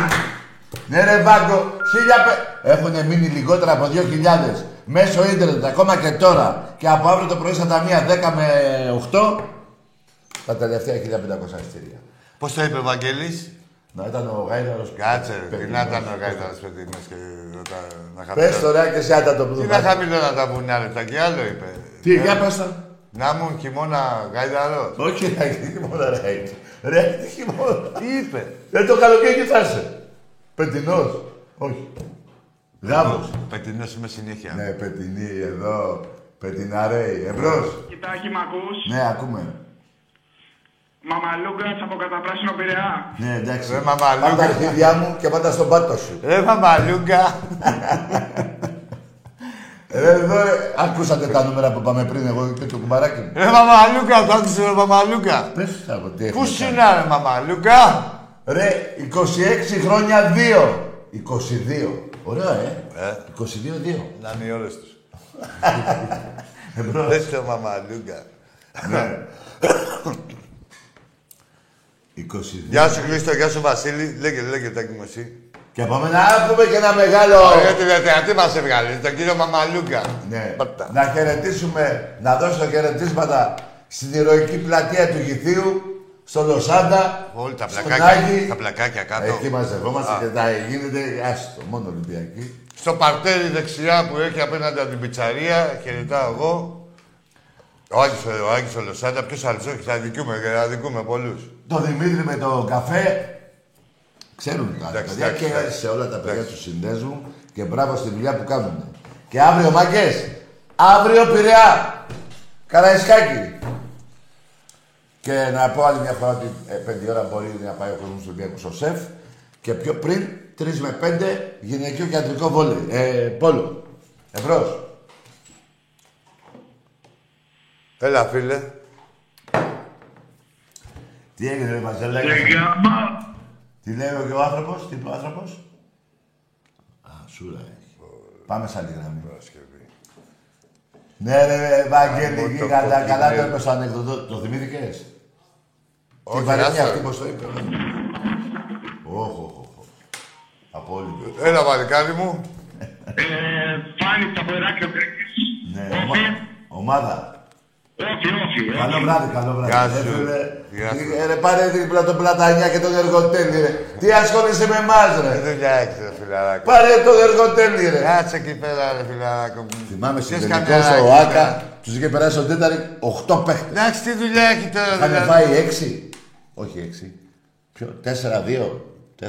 Ναι, ρε, Βάγκο, χίλια πε... Έχουν μείνει λιγότερα από 2.000 μέσω ίντερνετ, ακόμα και τώρα. Και από αύριο το πρωί στα ταμεία 10 με 8, τα τελευταία 1.500 εισιτήρια.
Πώς το είπε ο Βαγγέλης.
Να ήταν ο Γάιδαρος...
Κάτσε, ρε, τι
Παιδί,
να ήταν
παιδί.
ο Γαϊτάρας παιδινός και ρωτά- να
Πες
χαμηλώ.
το ρε, και εσύ άντα το
Τι
πλούτο.
να χαμηλώ να τα βουνά, ρε, τα και άλλο είπε. Ε,
Τι, για πες το.
Να μου χειμώνα γαϊδαρός.
Όχι, ρε, τι χειμώνα, ρε. Ρε, τι χειμώνα.
Τι είπε.
Δεν το καλοκαίρι θα είσαι. Πετεινός. Όχι. Γάβος.
Πετεινός είμαι συνέχεια.
Ναι, πετεινή εδώ. Πετειναρέι. Εμπρός.
Κοιτάκι, μ' ακούς.
Ναι, ακούμε.
Μαμαλούγκας από καταπράσινο Πειραιά.
Ναι, εντάξει.
Ρε, μαμαλούκα.
Πάρ' τα αρχίδια μου και πάντα στον πάτο σου.
Ρε μαμαλούγκα.
Ρε, εδώ, ρε. Ακούσατε τα νούμερα που πάμε πριν εγώ και το κουμπαράκι μου.
Ρε μαμαλούγκα, το άκουσες ρε μαμαλούγκα.
Πες τα εγώ, τι έχουμε
Πού
κάνει.
σου να ρε μαμαλούγκα.
Ρε, 26 χρόνια 2. 22. Ωραία, ε.
Ε.
22-2.
Να είναι οι ώρες τους.
Εμπρός.
Πες το μαμαλούγκα.
Ναι. 22.
Γεια σου Χρήστο, γεια σου Βασίλη. Λέγε, λέγε τάκι μου εσύ.
Και πάμε να έχουμε και ένα μεγάλο.
Ωραία τηλεθεατή μας έβγαλες, τον κύριο Μαμαλούγκα.
Ναι.
Πάτα.
Να χαιρετήσουμε, να δώσω χαιρετίσματα στην ηρωική πλατεία του Γηθίου, στο Λοσάντα,
Όλοι τα
στον
πλακάκια,
Άγη.
τα πλακάκια κάτω.
Εκεί μαζευόμαστε και τα ε, γίνεται άστο, μόνο Ολυμπιακή.
Στο παρτέρι δεξιά που έχει απέναντι από την πιτσαρία, χαιρετάω εγώ. Ο Άγιος, ο Άγιος ο Λοσάντα, ποιος άλλος, όχι, θα δικούμε, ε, θα δικούμε πολλούς.
Το Δημήτρη με το καφέ. Ξέρουν τα
Εντάξει,
παιδιά
εντάξει,
και
εντάξει.
σε όλα τα παιδιά
Εντάξει.
τους συνδέσμου και μπράβο στη δουλειά που κάνουν. Και αύριο μαγκές, αύριο Πειραιά, Καραϊσκάκη. Και να πω άλλη μια φορά ότι ε, πέντε ώρα μπορεί να πάει ο κόσμος του Ολυμπιακού στο σεφ και πιο πριν 3 με 5 γυναικείο και αντρικό βόλι, ε, πόλο. Ευρώς.
Έλα φίλε.
Τι έγινε ρε Βαζέλα,
Και
έκανε-
για μα-
Τι λέει και ο άνθρωπος, τι είπε ο άνθρωπος. Α, σούρα έχει. Πάμε σαν τη γραμμή. Ναι ρε
Α,
Βαγγέλη,
μου το
γίγαντα,
κοκκινέλι.
καλά το είπες στο ανεκδοτό. Το θυμήθηκες. Την παρέμια
άστα.
αυτή πως το είπε. Όχο, όχο. Από όλη την
Έλα βαρικάρι μου.
Ε, Φάνη από Ηράκλειο Κρήτης.
Ναι,
Όχι,
ομα- ομάδα.
όχι, όχι.
Καλό
όχι.
βράδυ, καλό βράδυ.
Γεια σου.
Ε, φίλε,
Γεια σου.
ε, Ρε, πάρε δίπλα τον Πλατανιά και τον Εργοτέλη, ρε. Τι ασχολείσαι με εμάς,
Τι
ρε.
δουλειά έχεις ρε φιλαράκο.
Πάρε τον Εργοτέλη, ρε.
Κάτσε εκεί πέρα ρε φιλαράκο μου.
Θυμάμαι
Ξέρεις
συνδελικό
καμιά
στο
εκεί πέρα.
ΆΚΑ, τους είχε περάσει ο Ντένταρη 8 παίχτες.
Εντάξει, τι δουλειά έχει τώρα
Είχαν
δηλαδή.
φάει 6. Όχι 6. Ποιο, 4-2. 4.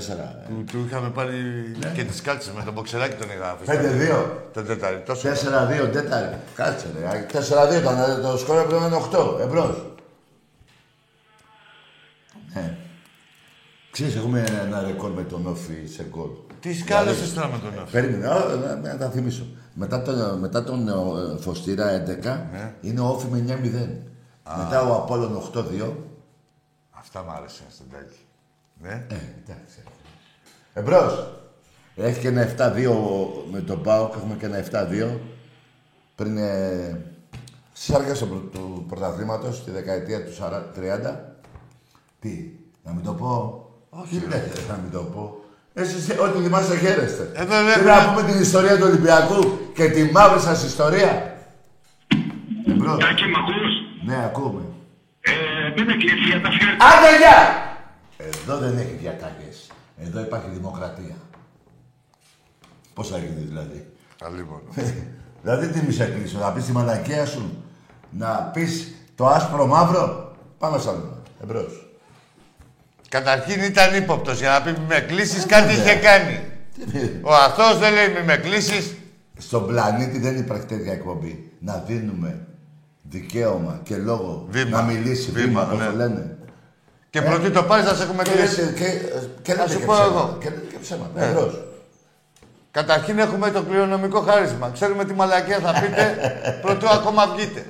Του, του είχαμε πάρει
Ναι.
και τις κάλτσες με τον μποξεράκι τον είχα αφήσει.
5-2.
Τον τέταρτη, τόσο.
4-2, τέταρτη. Κάτσε ρε. 4-2 ήταν. ε, Το σκόρ έπρεπε να είναι 8. Εμπρός. Ναι. Ξέρεις, έχουμε ένα ρεκόρ με τον Όφη σε γκολ.
Τι σκάλωσες τώρα με τον Όφη.
Περίμενε, α, να, να τα θυμίσω. Μετά τον, μετά τον ε, Φωστήρα 11, είναι ο Όφη με 9-0. Μετά ο Απόλλων 8-2.
Αυτά μ' άρεσαν στον τάκι. Ναι.
Εντάξει. Εμπρός. Έχει και ένα 7-2 με τον ΠΑΟΚ, έχουμε και ένα 7-2 πριν ε, στις αρχές του, πρω- του πρωταθλήματος, τη δεκαετία του 40 30. Τι, να μην το πω. Όχι, τι λέτε, να μην το πω. Εσείς ε, ό,τι θυμάστε χαίρεστε.
Ε, βέβαια.
Τι να πούμε την ιστορία του Ολυμπιακού και τη μαύρη σας ιστορία. Εμπρός.
Τάκη, μ' ακούς?
Ναι, ακούμε.
Ε, δεν με κλείσει για τα φιόρια.
Άντε, γεια!
Εδώ δεν έχει διακαγές. Εδώ υπάρχει δημοκρατία. Πώς θα γίνει δηλαδή.
Α, λοιπόν.
δηλαδή τι μη σε κλείσω, να πεις τη μαλακία σου, να πεις το άσπρο μαύρο. Πάμε σαν άλλο. Εμπρός.
Καταρχήν ήταν ύποπτος για να πει μη με κλείσεις, κάτι είχε κάνει. Ο αθώος δεν λέει μη με κλείσεις.
Στον πλανήτη δεν υπάρχει τέτοια εκπομπή. Να δίνουμε δικαίωμα και λόγο
Βήμα.
να μιλήσει. Βήμα,
Βήμα,
όπως
ναι.
το λένε.
Και πρωτού το πάρεις, θα σε έχουμε
Και,
κλείσει.
λέτε- και, και
Θα
λέτε
σου
και
πω
ψέματα.
εγώ.
Και λέτε και ψέματα.
Ναι.
Εμπρός.
Καταρχήν έχουμε το κληρονομικό χάρισμα. Ξέρουμε τι μαλακία θα πείτε πρωτού ακόμα βγείτε.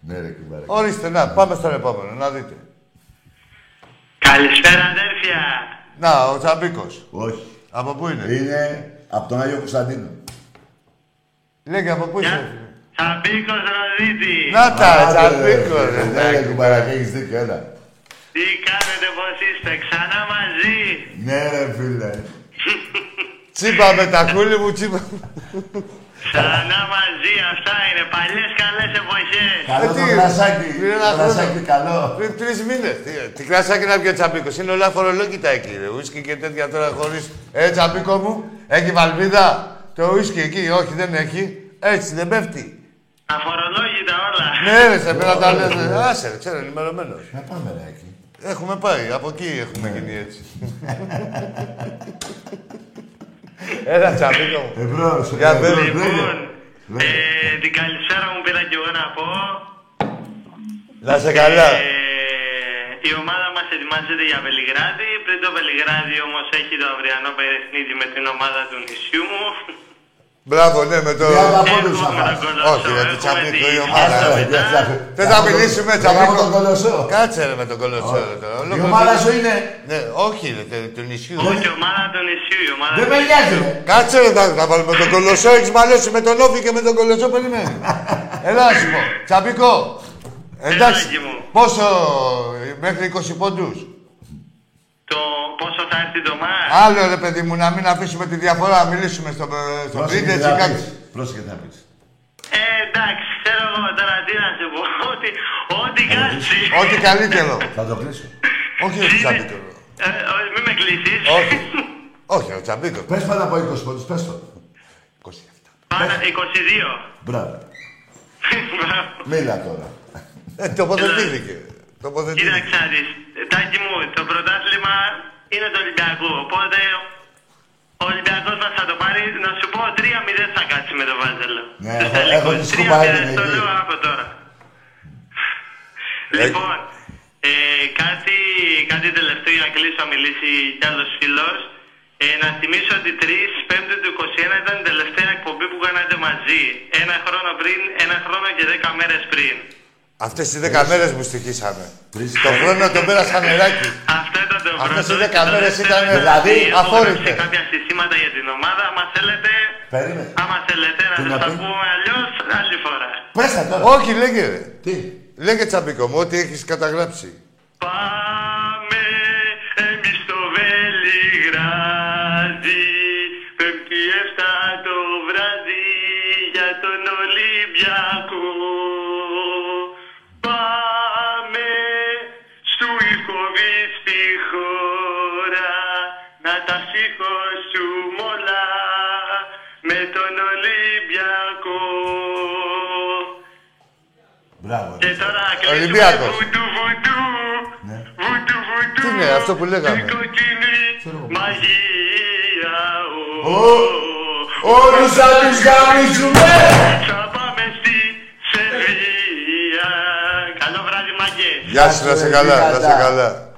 Ναι, ρε κουμπάρε.
Ορίστε, να πάμε στον επόμενο, να δείτε.
Καλησπέρα, αδέρφια.
Να, ο Τσαμπίκος.
Όχι.
Από πού είναι.
Είναι από τον Άγιο Κωνσταντίνο.
Λέγε από πού
Γεια.
είσαι.
Τσαμπίκος Ροδίτη.
Ε, Να τα,
Άντε, ρε,
Τσαμπίκος.
ρε,
ρε.
Ναι, ρε κουμπάρε, έχεις δίκιο, έλα.
Τι κάνετε πως είστε ξανά μαζί.
Ναι, ρε φίλε.
Τσίπα με τα κούλη μου, τσίπα.
Ξανά μαζί αυτά είναι παλιές καλές εποχές.
Καλό
Ε, τι,
το κρασάκι.
πήρε ένα χρόνο.
Κρασάκι καλό.
Πριν τρεις μήνες. Τι, τι κρασάκι να πιει ο Τσαμπίκο. Είναι όλα φορολόγητα εκεί. Ρε. Ουίσκι και τέτοια τώρα χωρίς. Ε, Τσαμπίκο μου, έχει βαλβίδα. Το ουίσκι εκεί, όχι δεν έχει. Έτσι δεν πέφτει.
Αφορολόγητα όλα.
Ναι, ρε, σε πέρα τα λες, ρε. Άσε, ρε, ξέρω, ενημερωμένος.
Να πάμε, ρε, εκεί.
Έχουμε πάει, από εκεί έχουμε γίνει έτσι. Έλα, Τσαμπίκο μου.
Εμπρός.
Για
εμπρός,
πες.
Λοιπόν,
λέγε.
ε, την καλησπέρα μου πήρα και εγώ να πω.
Να σε καλά.
Ε, η ομάδα μας ετοιμάζεται για Βελιγράδι. Πριν το Βελιγράδι όμως έχει το αυριανό παιχνίδι με την ομάδα του νησιού μου.
Μπράβο, ναι, με το...
Για τα
Έχουμε
πόντους θα
τον
πας.
Κολοσσό,
Όχι, ρε,
έχουμε
Τσαμπίκο,
τη
η ομάδα,
Άστα,
Φιέστα
ρε,
ρε,
μετά.
Τσαμπίκο.
Δεν θα μιλήσουμε, Τσαμπίκο.
Για τον κολοσσό.
Κάτσε ρε με τον κολοσσό ρε τώρα.
Η
Ολόκληρο
ομάδα
το-
σου είναι.
Ναι, όχι ρε, τε- του νησιού.
Όχι, η ομάδα του νησιού, η ομάδα
Δεν
του
με
νησιού.
νοιάζει, ρε.
Κάτσε ρε, θα, θα βάλουμε τον κολοσσό, έχεις μαλώσει με τον Όφη και με τον κολοσσό, περιμένει. Έλα, να σου πω. Τσαμπίκο. Εντάξει,
Παιδάκι μου.
πόσο, μέχρι 20 πόντους.
Το πόσο θα έρθει το μάτς.
Άλλο ρε παιδί μου, να μην αφήσουμε τη διαφορά, να μιλήσουμε στο, ε, στο
Πρόσεχε
πρίντες
τι
ή
θα
κάτι.
πεις. Πρόσεχε τι θα πεις.
Ε, εντάξει, ξέρω εγώ τώρα τι να σου πω. Ότι, ό,τι κάτσει.
Ε, Ό,τι καλύτερο.
Θα το κλείσω.
όχι ο Τσαμπίκο.
Ε, ό, Μη με κλείσεις.
όχι. όχι ο Τσαμπίκο.
Πες πάνω από 20 πόντους, πες το.
27.
Πάνω,
Ε.
22.
Μπράβο. Μίλα τώρα.
Ε, τοποθετήθηκε. τοποθετήθηκε.
Κοίταξα δεις, τάκι μου, το πρωτάθλημα είναι το Ολυμπιακό, οπότε ο Ολυμπιακός μας θα το πάρει, να σου πω 3-0 θα κάτσει με το Βάζελο.
Ναι,
Τους
έχω- έχω
τελικούς.
τη
3-0,
σκουμπαρίνη
το
εκεί.
λέω από τώρα.
Ε.
λοιπόν, ε, κάτι, κάτι τελευταίο για να κλείσω να μιλήσει κι άλλος φίλος. Ε, να θυμίσω ότι 3 Πέμπτη του 21 ήταν η τελευταία εκπομπή που κάνατε μαζί. Ένα χρόνο πριν, ένα χρόνο και 10 μέρες πριν.
Αυτές οι 10 μέρες μου στοιχήσαμε.
Τρεις.
Το χρόνο τον πέρασα νεράκι.
Αυτό ήταν το
Αυτές
πρώτο.
οι δέκα
Το
μέρες
δεύτερο
ήταν,
ότι
δηλαδή,
έχω
αφόρητε.
γράψει κάποια συστήματα για την ομάδα. Άμα θέλετε,
Περίμενε.
άμα θέλετε να
Τι
σας
να
τα
πει?
πούμε αλλιώς, άλλη φορά.
Πες τα τώρα.
όχι, λέγε ρε.
Τι.
Λέγε Τσαμπίκο μου, ό,τι έχεις καταγράψει.
Πάμε εμείς στο Βελιγράδι Πέμπτη εφτά το βράδυ για τον Ολυμπιακό Πάμε στου Ιρκοβί στη χώρα να τα σηκώσουμε όλα με τον Ολυμπιακό
Μπράβο.
και τώρα κλείσουμε
Ολυμπιακός.
βουντου βουντου
Ναι.
Βουντου βουντου
Τι είναι αυτό που λέγαμε.
Η κοκκινή μαγεία ο,
Ω,
Όλους θα τους γαμίσουμε!
Θα πάμε στη Σερβία Καλό βράδυ μάγκες
Γεια σου, να σε καλά, να σε
Γεια.
καλά.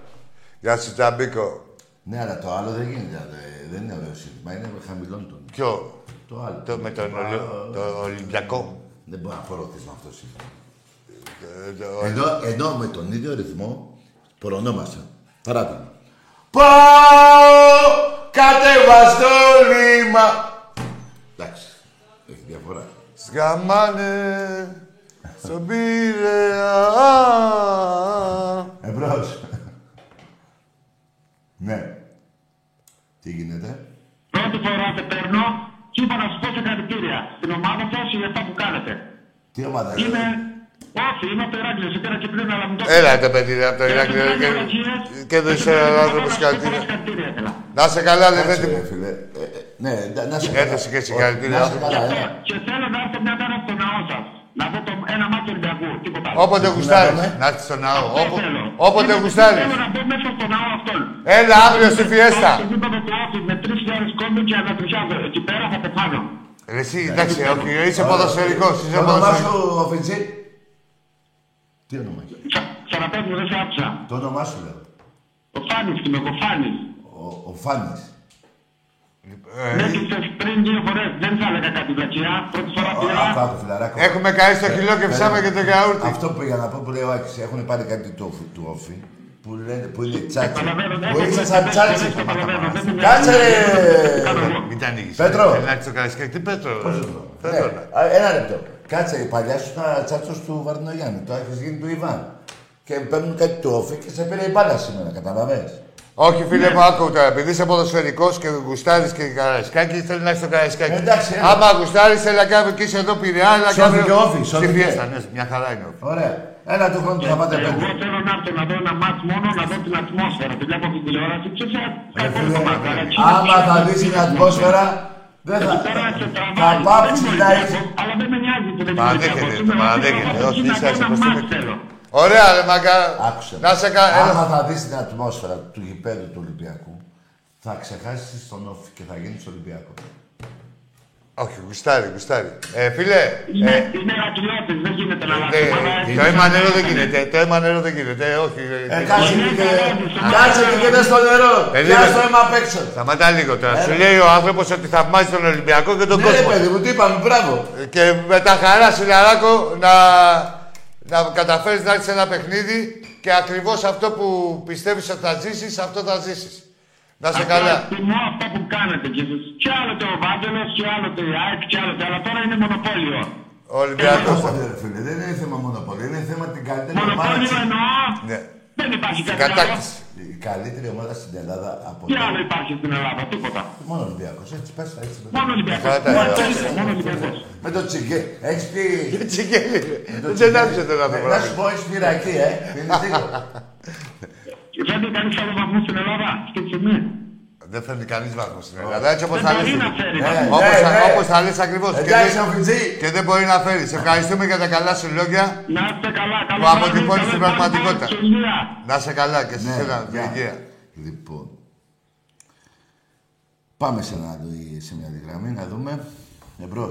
Γεια σου Τσαμπίκο.
Ναι, αλλά το άλλο δεν γίνεται. δε- Δεν είναι ωραίο σύστημα. Είναι χαμηλών των.
Ποιο,
Το άλλο.
το με τον Ολυ- το Ολυμπιακό.
Δεν μπορώ να φορωθεί με αυτό το σύστημα.
Ε, το-
Ενώ, ενώ με τον ίδιο ρυθμό πορωνόμαστε. Παράδειγμα.
Πάω κατεβαστό λίμα.
Εντάξει. Έχει διαφορά.
Σγαμάνε στον Πειραιά.
Εμπρός. ναι. Τι γίνεται.
Πρώτη φορά σε παίρνω και είπα να σου πω συγχαρητήρια στην ομάδα σας για αυτά που κάνετε.
Τι ομάδα
Είμαι,
Όχι, είμαι από το Ηράκλειο. Σε πήρα και πριν, αλλά μου το
Έλα το παιδί από το Ηράκλειο
Ηράκλειο
και- και δεν είσαι
ένα
άνθρωπο κάτι. Να είσαι καλά,
Κάτσε,
Λεβέντη
ρε
μου.
φίλε. Ε, ε, Ναι, να- να σε
Έδωσε και συγχαρητήρια.
Να σε καλά, έλα.
Και θέλω να έρθω μια μέρα στο ναό σας. Να δω το ένα μάτι Ολυμπιακού, τίποτα άλλο.
Όποτε γουστάρει.
λέμε.
Να έρθεις στο ναό.
Δεν
Όπο-
θέλω.
Όποτε
Θέλω-
γουστάρεις.
Θέλω να μπω μέσα στο ναό αυτόν.
Έλα αύριο στη
Πάω
Φιέστα.
Στο γήπεδο του Όφη με 3.000 κόμπι και ανατριχιάζω. Εκεί πέρα θα πεθάνω.
Ρε Εσύ, εντάξει, όχι, είσαι ποδοσφαιρικός. Είσαι
Το όνομά
ποδοσφαιρικό.
σου, ο Φιτζή. Τι όνομα έχεις.
Σαραπέ μου δεν σε άκουσα.
Το όνομά σου λέω.
Ο Φάνης είμαι, ο Φάνης.
Ο, ο Φάνης.
Ναι,
Με έπεισε πριν δύο φορές. Δεν θα έλεγα κάτι βλακιά. Πρώτη φορά
Ο- Άκου,
πήρα.
άκου, φιλαράκο.
Έχουμε καεί στο χιλό και ψάμε και το γιαούρτι.
Ε, Αυτό που για να πω που λέει ο Άκης, έχουν πάρει κάτι του όφη, του όφη που, λένε, που είναι τσάτσι.
Καταλαβαίνω, δεν
που
έχω
είναι
βλακιά,
σαν
δεν-
τσάτσι.
δεν καταλαβαίνω, δεν με
Κάτσε
νοιάζει. Κάνω
ρε.
εγώ.
Μην τα ανοίγεις.
Πέτρο.
Θέλει να έρθει στο Καραϊσκάκι. Τι Πέτρο.
Ναι,
Πέτρο.
α, Ένα λεπτό. Κάτσε, η παλιά σου ήταν τσάτσος του Βαρδινογιάννη. Το έχεις γίνει του Ιβάν. Και παίρνουν κάτι του όφη και σε πήρε η μπάλα σήμερα, καταλαβαίνεις.
Όχι,
Ναι.
φίλε μου, άκου τώρα. Επειδή είσαι ποδοσφαιρικός και γουστάρεις και καραϊσκάκι, θέλει να είσαι στο καραϊσκάκι.
Ε, Εντάξει, έλα.
Άμα γουστάρεις, θέλει να κάνει και είσαι εδώ πειραιά, να
Σώθηκε ο Όφη,
Στη
σώθηκε.
Φιέστα, ναι, μια χαρά είναι. ο Όφη.
Ωραία. Ένα του χρόνου θα πάτε πέντε.
Ε, Εγώ θέλω να έρθω να δω ένα μάτς μόνο, να δω την ατμόσφαιρα. Τη βλέπω την τηλεόραση και σε κακό το μάτς. αλλά εκεί-
Άμα θα δεις την ατμόσφαιρα, δεν θα...
Εκεί πέρα σε τραβάει.
Θα πάψει
Δεν
να
μπορεί
έχεις...
να- Αλλά δεν με νοιάζει που δεν είναι
Παραδέχεται,
Ολυμπιακός.
το
Είμαι
παραδέχεται.
Ολυμπιακός,
Όχι,
εκεί να
είσαι
δω ένα
άσχημος,
μάτς
είμαι.
θέλω.
Ωραία, ρε Μαγκά.
Άκουσε. με.
Να σε κα... έλα.
Άμα θα δεις την ατμόσφαιρα του γηπέδου του Ολυμπιακού, θα ξεχάσεις τον όφη και θα γίνεις Ολυμπιακός.
Όχι, γουστάρει, γουστάρει. Ε, φίλε, ε,
Είναι- Είναι αγριώτες, δεν γίνεται να
ε,
αλλάξουμε. αλλά έτσι
το αίμα
θα
νερό δεν
είναι.
γίνεται. Το αίμα νερό δεν γίνεται. ε, Όχι.
Ε,
ε,
κάτσε
Ναι,
και...
ναι,
Κάτσε
ναι.
και κοίτα στο νερό.
Ε,
Κάτσε
δεν-
το αίμα απ' έξω.
Σταματά λίγο τώρα. Σου λέει ο άνθρωπος ότι θαυμάζει τον Ολυμπιακό και τον
Ναι, ρε
κόσμο.
παιδί μου, τι είπαμε, μπράβο.
Και με τα χαρά, Σιλαράκο, να, να καταφέρεις να έρθει ένα παιχνίδι και ακριβώς αυτό που πιστεύεις ότι θα ζήσεις, αυτό θα ζήσεις. Να σε
Αυτά
καλά.
Εκτιμώ ε, αυτά που κάνετε κι εσείς. Κι άλλοτε ο Βάγγελος, κι άλλοτε η ΑΕΚ, κι άλλοτε. Αλλά τώρα είναι μονοπόλιο.
Ο Ολυμπιακό.
Άκουσα, ρε φίλε, δεν είναι θέμα μονοπολί, είναι θέμα την καλύτερη ομάδα.
Μονοπόλιο
της-
εννοώ.
Ναι.
Δεν υπάρχει κάτι άλλο.
Κατάκτηση.
Η καλύτερη ομάδα στην Ελλάδα από
Τι άλλο υπάρχει στην Ελλάδα, τίποτα.
Μόνο Ολυμπιακός, έτσι πες τα, έτσι.
Μόνο Ολυμπιακός.
Κατά τα
Μόνο
άλλα.
Ολυμπιακός, Μόνο Ολυμπιακός.
Με το τσιγκέ. Έχεις πει...
Τσικέλη. Δεν άφησε τον
Ε, Να σου
άνθρωπο.
πω, έχεις πειρακή, ε. Είναι λίγο.
Δεν είναι κανείς άλλο βαθμό στην Ελλάδα, αυτή τη στιγμή.
Δεν φέρνει κανείς βάθμο στην Ελλάδα. Έτσι όπως
Δεν
θα λε.
μπορεί να φέρει
Ναι,
βαθμό.
ναι, ναι.
Όπως θα λε ακριβώ.
Εντάξει, ο Φιτζή.
Και δεν μπορεί να φέρει. Σε ευχαριστούμε για τα καλά σου λόγια.
Να είστε καλά, καλό
Μα
βράδυ,
αποτυπώνεις
καλό
την
βράδυ,
πραγματικότητα.
καλή δουλειά.
Να σε καλά και σε
Ναι,
σένα.
γεια.
Υγεία.
Λοιπόν. Πάμε σε, ένα, άλλο- σε μια άλλη γραμμή να δούμε. Ε, Εμπρό.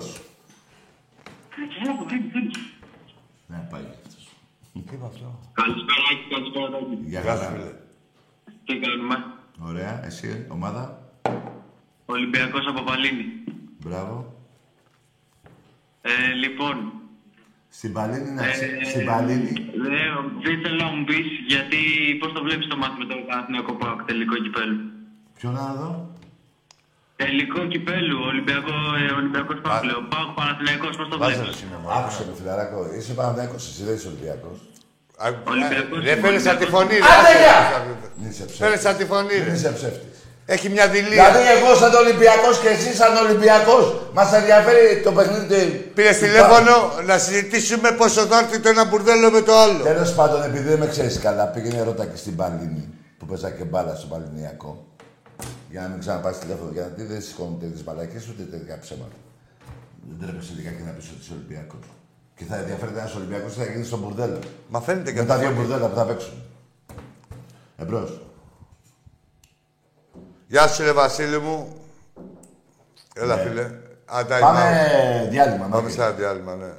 Ναι, πάει αυτός.
Καλησπέρα, Άκη, καλησπέρα, Άκη.
Γεια
Γεια σου,
χαρά.
φίλε.
Τι κάνουμε,
Ωραία, εσύ, ε, ομάδα.
Ολυμπιακός από Παλίνη.
Μπράβο.
Ε, λοιπόν,
Στην Παλίνη,
Ναι,
να
ε,
ξέρει. Στην Παλίνη.
ε, δεν θέλω να μου πεις γιατί πώς το βλέπεις το μάτι με τον Παναθηναϊκό Πάοκ τελικό κυπέλου.
Ποιο να δω.
Τελικό κυπέλου, Ολυμπιακό ε, Ολυμπιακός Παύλο. Πάοκ Παναθηναϊκός, πώς το
Βάζε
βλέπεις.
το σήμα.
Άκουσε με φιλαράκο. Είσαι Παναδέκος, εσύ δεν είσαι Ολυμπιακός.
Α,
Ολυμπιακός
Δεν
είναι
φέρε σαν τη φωνή. ρε.
Άντε,
Άσε,
γεια!
άσε.
Μην είσαι
Φέρε
ψεύτης.
σαν τη φωνή.
Μην
ρε.
είσαι ψεύτης.
Έχει μια
Δηλαδή
δηλία.
εγώ σαν Ολυμπιακός και εσύ σαν Ολυμπιακός. Μας ενδιαφέρει το παιχνίδι. του-
Πήρε
του
τηλέφωνο να συζητήσουμε πόσο θα έρθει το ένα μπουρδέλο με το άλλο.
Τέλος πάντων, επειδή δεν με ξέρεις καλά, πήγαινε ρώτα και στην Παλίνη που παίζα και μπάλα στο Παλινιακό. Για να μην ξαναπάρει τηλέφωνο, γιατί δεν σηκώνουν τέτοιες μπαλακέ ούτε τέτοια ψέματα. Δεν τρέπεσαι λίγα και να πεις ότι είσαι Ολυμπιακός. Και θα ενδιαφέρεται ένας Ολυμπιακός και θα γίνει στον μπουρδέλο.
Μα φαίνεται και
Με τα
αυτό.
δύο μπουρδέλα που θα παίξουν. Εμπρός.
Γεια σου, ρε Βασίλη μου. Έλα, φίλε. Άντα,
Ναι. Πάμε
είμαστε.
διάλειμμα.
Πάμε
Μάκη.
σε ένα διάλειμμα, ναι.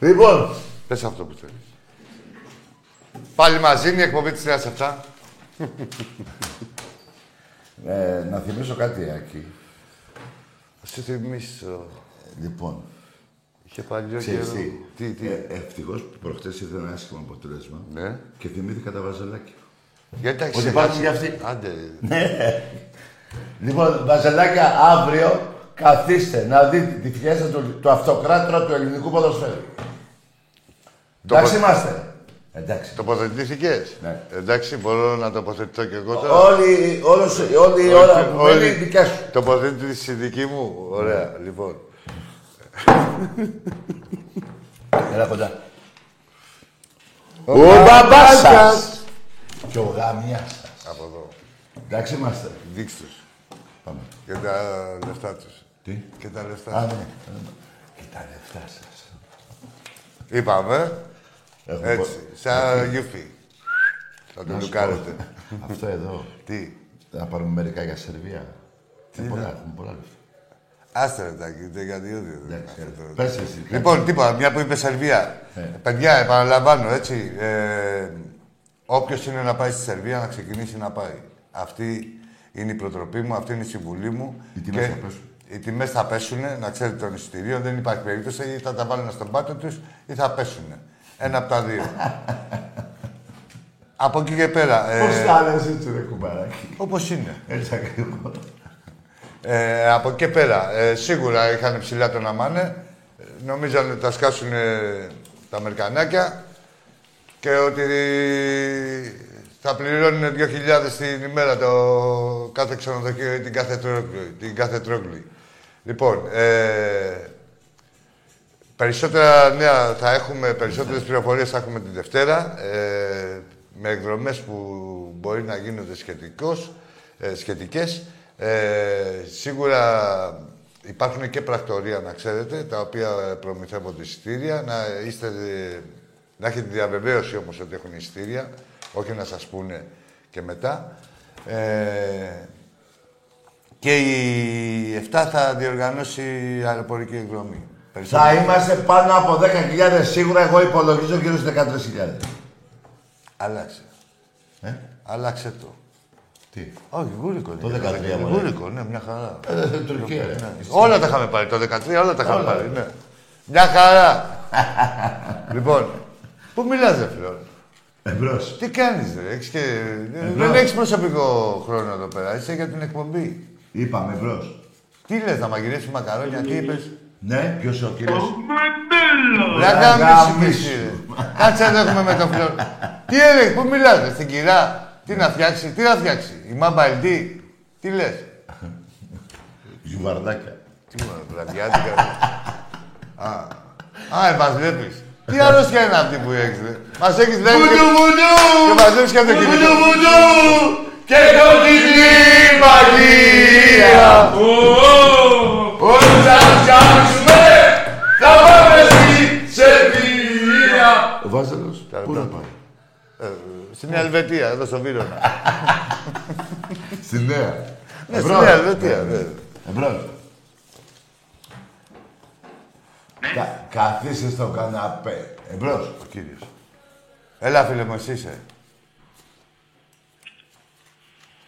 Λοιπόν,
Πες αυτό που θέλεις. Πάλι μαζί είναι η εκπομπή της Θεάς αυτά.
ε, να θυμίσω κάτι, Άκη.
Θα σου θυμίσω.
Λοιπόν,
Είχε παλιό
ξέρεις
καιρό.
τι.
Τι, τι.
Ε, ευτυχώς που προχτές ήρθε ένα άσχημο αποτέλεσμα
Ναι.
και θυμήθηκα τα βαζελάκια.
Γιατί τα έχεις
Ότι
ξεχάσει.
υπάρχουν και αυτοί.
Άντε.
Λοιπόν, βαζελάκια, αύριο καθίστε να δείτε τη φιέστα του, του αυτοκράτορα του ελληνικού ποδοσφαίρου.
Το
Εντάξει
πο-
είμαστε. Εντάξει.
Τοποθετηθήκες.
Ναι.
Εντάξει, μπορώ να τοποθετηθώ και εγώ τώρα.
Όλη, όλος, Ε, όλη η ώρα που μένει η δικιά σου.
Τοποθέτηση δική μου.
Ναι.
Ωραία, λοιπόν.
Έλα κοντά.
Ο, μπαμπάς σας.
Και ο γαμιάς σας.
Από εδώ.
Εντάξει είμαστε.
Δείξτε τους.
Πάμε.
Και τα λεφτά τους.
Τι.
Και τα λεφτά
Α,
τους.
ναι. Και τα λεφτά σας.
Είπαμε.
Έχουμε
Έτσι. Σαν γιουφί. Θα το
Ναι, Να σου
λουκάρετε.
πω, Αυτό εδώ.
Τι.
Να πάρουμε μερικά για Σερβία. Τι πολλά, έχουμε πολλά λεφτά.
Άστε ρε τα κοίτα για δύο δύο.
Εντάξει,
Αυτό το-
έλα. Ναι, Πες εσύ. κάτι.
Λοιπόν, τίποτα, μια που είπε Σερβία.
Ναι.
Παιδιά, επαναλαμβάνω, έτσι. Ε, Όποιος είναι να πάει στη Σερβία, να ξεκινήσει να πάει. Αυτή είναι η προτροπή μου, αυτή είναι η συμβουλή μου.
Οι τιμές
Και
θα πέσουν.
Οι τιμές θα πέσουν, να ξέρετε των εισιτηρίων, δεν υπάρχει περίπτωση. Ή θα τα βάλουν στον πάτο τους ή θα πέσουν. Ένα από τα δύο. από εκεί και πέρα.
Πώς
Ε,
τα λες έτσι ρε κουμπαράκι.
Όπως είναι.
Έτσι ακριβώς.
Ε, από εκεί και πέρα, ε, σίγουρα είχαν ψηλά τον αμάνε. Ε, Νομίζανε ότι τα σκάσουν τα Αμερικανάκια και ότι θα πληρώνουν 2.000 την ημέρα το κάθε ξενοδοχείο ή την κάθε τρόγλη. Την κάθε τρόγλη. Λοιπόν, ε, Περισσότερα νέα θα έχουμε, περισσότερες πληροφορίες θα έχουμε την Δευτέρα ε, με εκδρομές που μπορεί να γίνονται σχετικός, ε, σχετικές. Ε, σίγουρα υπάρχουν και πρακτορία, να ξέρετε, τα οποία προμηθεύονται εισιτήρια. Να, είστε, να έχετε διαβεβαίωση όμως ότι έχουν εισιτήρια, όχι να σας πούνε και μετά. Ε, και η 7 θα διοργανώσει αεροπορική εκδρομή. Περισσότερα-
Θα είμαστε πάνω από 10.000 σίγουρα, εγώ υπολογίζω γύρω στις 13.000.
Αλλάξε.
Ε,
Αλλάξε το.
τι.
Όχι, γούρικο.
Το 13 μόνο.
Γούρικο, ναι, μια χαρά. Ναι.
Ε, δεν- Τουρκία, ρε.
Όλα τα είχαμε πάρει. Το 13 όλα τα είχαμε
Όλα.
πάρει. Ναι. Μια χαρά. λοιπόν, πού μιλάς ρε φίλο.
Εμπρός.
Τι κάνεις ρε. Έχεις και... Δεν
Εμπρός.
έχεις προσωπικό χρόνο εδώ πέρα. Είσαι για την εκπομπή.
Είπαμε εμπρός.
Τι λες, να μαγειρεύσει μακαρόνια, τι είπες.
Ναι, ποιος ο κύριος.
Μαντέλο!
Να
Πλάκα
κάνεις
μισή.
Κάτσε εδώ έχουμε με τον Φλόρ. Τι έλεγε, πού μιλάτε, στην κυρά. Τι να φτιάξει, τι να φτιάξει. Η μάμπα Ελντή, τι λες.
Γιουβαρδάκια.
Τι μόνο, βραδιάτικα. Α, α, ε, μας βλέπεις. Τι αρρώστια είναι αυτή που έχεις, ρε. Μας έχεις λέει και, και μας βλέπεις και από το κινητό.
Και το την μαγεία Όλους θα τους κάνουμε Θα πάμε στη Σερβία Ο Βάζελος, πού να πάει
Στην Ελβετία, εδώ στο Βύρονα.
Στη Νέα
Ναι, Στην Ελβετία, ναι.
Εμπρός Κα- Καθίστε στο καναπέ Εμπρός
Ο κύριος. Έλα, φίλε μου, εσύ είσαι.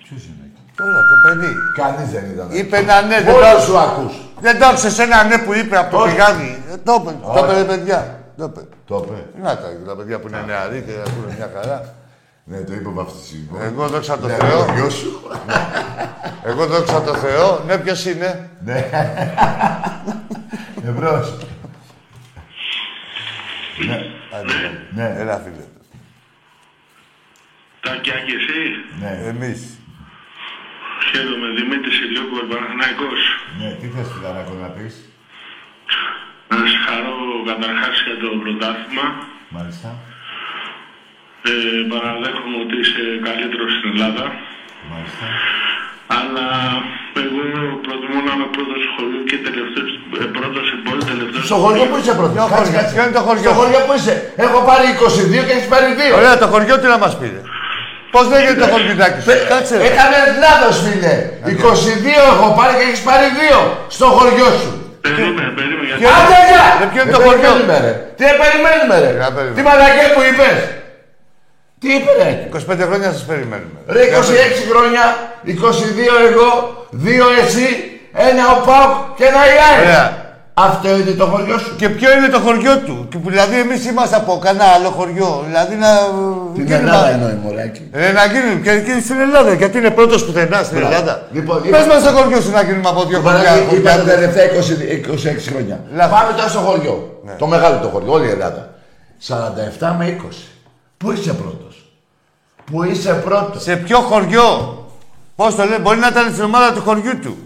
Ποιος είναι εκεί
Τώρα, το παιδί.
Κανείς δεν ήταν εκεί
Είπε ένα ναι, δεν το
Μόνο
άκουσα.
σου ακούς
Δεν το άκουσες ένα ναι που είπε από το
Όχι.
πηγάδι. Ε, Το είπε, το είπε, ρε, παιδιά. Το είπε.
Το είπε
Να τα, τα παιδιά που είναι νεαροί και ακούνε μια χαρά.
Ναι, το είπε βαφτισμό
Εγώ δόξα τω
Ναι,
Θεώ.
ο γιος σου.
Εγώ δόξα τω Θεώ. Ναι, ποιος είναι.
Εμπρός Ναι, ναι,
Έλα, φίλε.
Τα κι Άκη, εσύ.
ναι,
Εμείς.
Χαίρομαι, Δημήτρης Ηλιόπουλος, Παναθηναϊκός.
ναι, τι θες φιλαράκο να πεις,
Να σε χαρώ καταρχάς για το πρωτάθλημα.
μάλιστα,
Ε, παραδέχομαι ότι είσαι καλύτερος στην Ελλάδα.
μάλιστα.
Αλλά εγώ προτιμώ να είμαι πρώτος σχολείου και τελευταίος, ε, πρώτος στην πόλη, τελευταίος
Στο χωριό που είσαι πρώτος,
Ποιο
κάτσε,
χωριό,
κάτσε.
ποιο είναι το χωριό
Στο
σου?
χωριό που είσαι, έχω πάρει 22 και έχεις πάρει 2.
Ωραία, το χωριό τι να μας πήρε. Πώς λέγεται το χωριουδάκι σου. Κάτσε. ρε.
Έκανες λάθος φίλε, 22 έχω πάρει και έχεις πάρει 2 στο χωριό σου.
Περίμενε, περίμενε. γιατί-
Άντε, γεια!
Ρε, ποιο είναι
Ε,
το χωριό? Ε,
περιμένουμε, ρε. Τι ε, περιμένουμε, ρε.
Να περιμένουμε.
Τι μαλακία που είπες. Τι είπε, ρε.
25 χρόνια σας περιμένουμε.
Ρε, 26 χρόνια, 22 εγώ, 2 εσύ, ένα ο Πάουκ και ένα η ΑΕΚ.
Ωραία.
Αυτό είναι το χωριό σου.
Και ποιο είναι το χωριό του. Και που- Δηλαδή εμείς είμαστε από κανένα άλλο χωριό. Δηλαδή να...
Την
γίνουμε-
Ελλάδα εννοεί, μωράκι.
Ε, να γίνουν και, και στην Ελλάδα, γιατί είναι πρώτος πουθενά στην
Μπράβο.
Ελλάδα.
Λοιπόν,
Πες
είπα-
μας το χωριό σου να γίνουμε από δύο χωριά.
Μαλάκι, Είπα τα
χωριά-
τελευταία 20 26 χρόνια.
Λάθος. Ναι.
Πάμε τώρα στο χωριό. Το μεγάλο το χωριό, όλη η Ελλάδα. 47 με 20. Πού είσαι πρώτος. Πού είσαι πρώτος.
Σε ποιο χωριό. Πώς το λένε, μπορεί να ήταν στην ομάδα του χωριού του.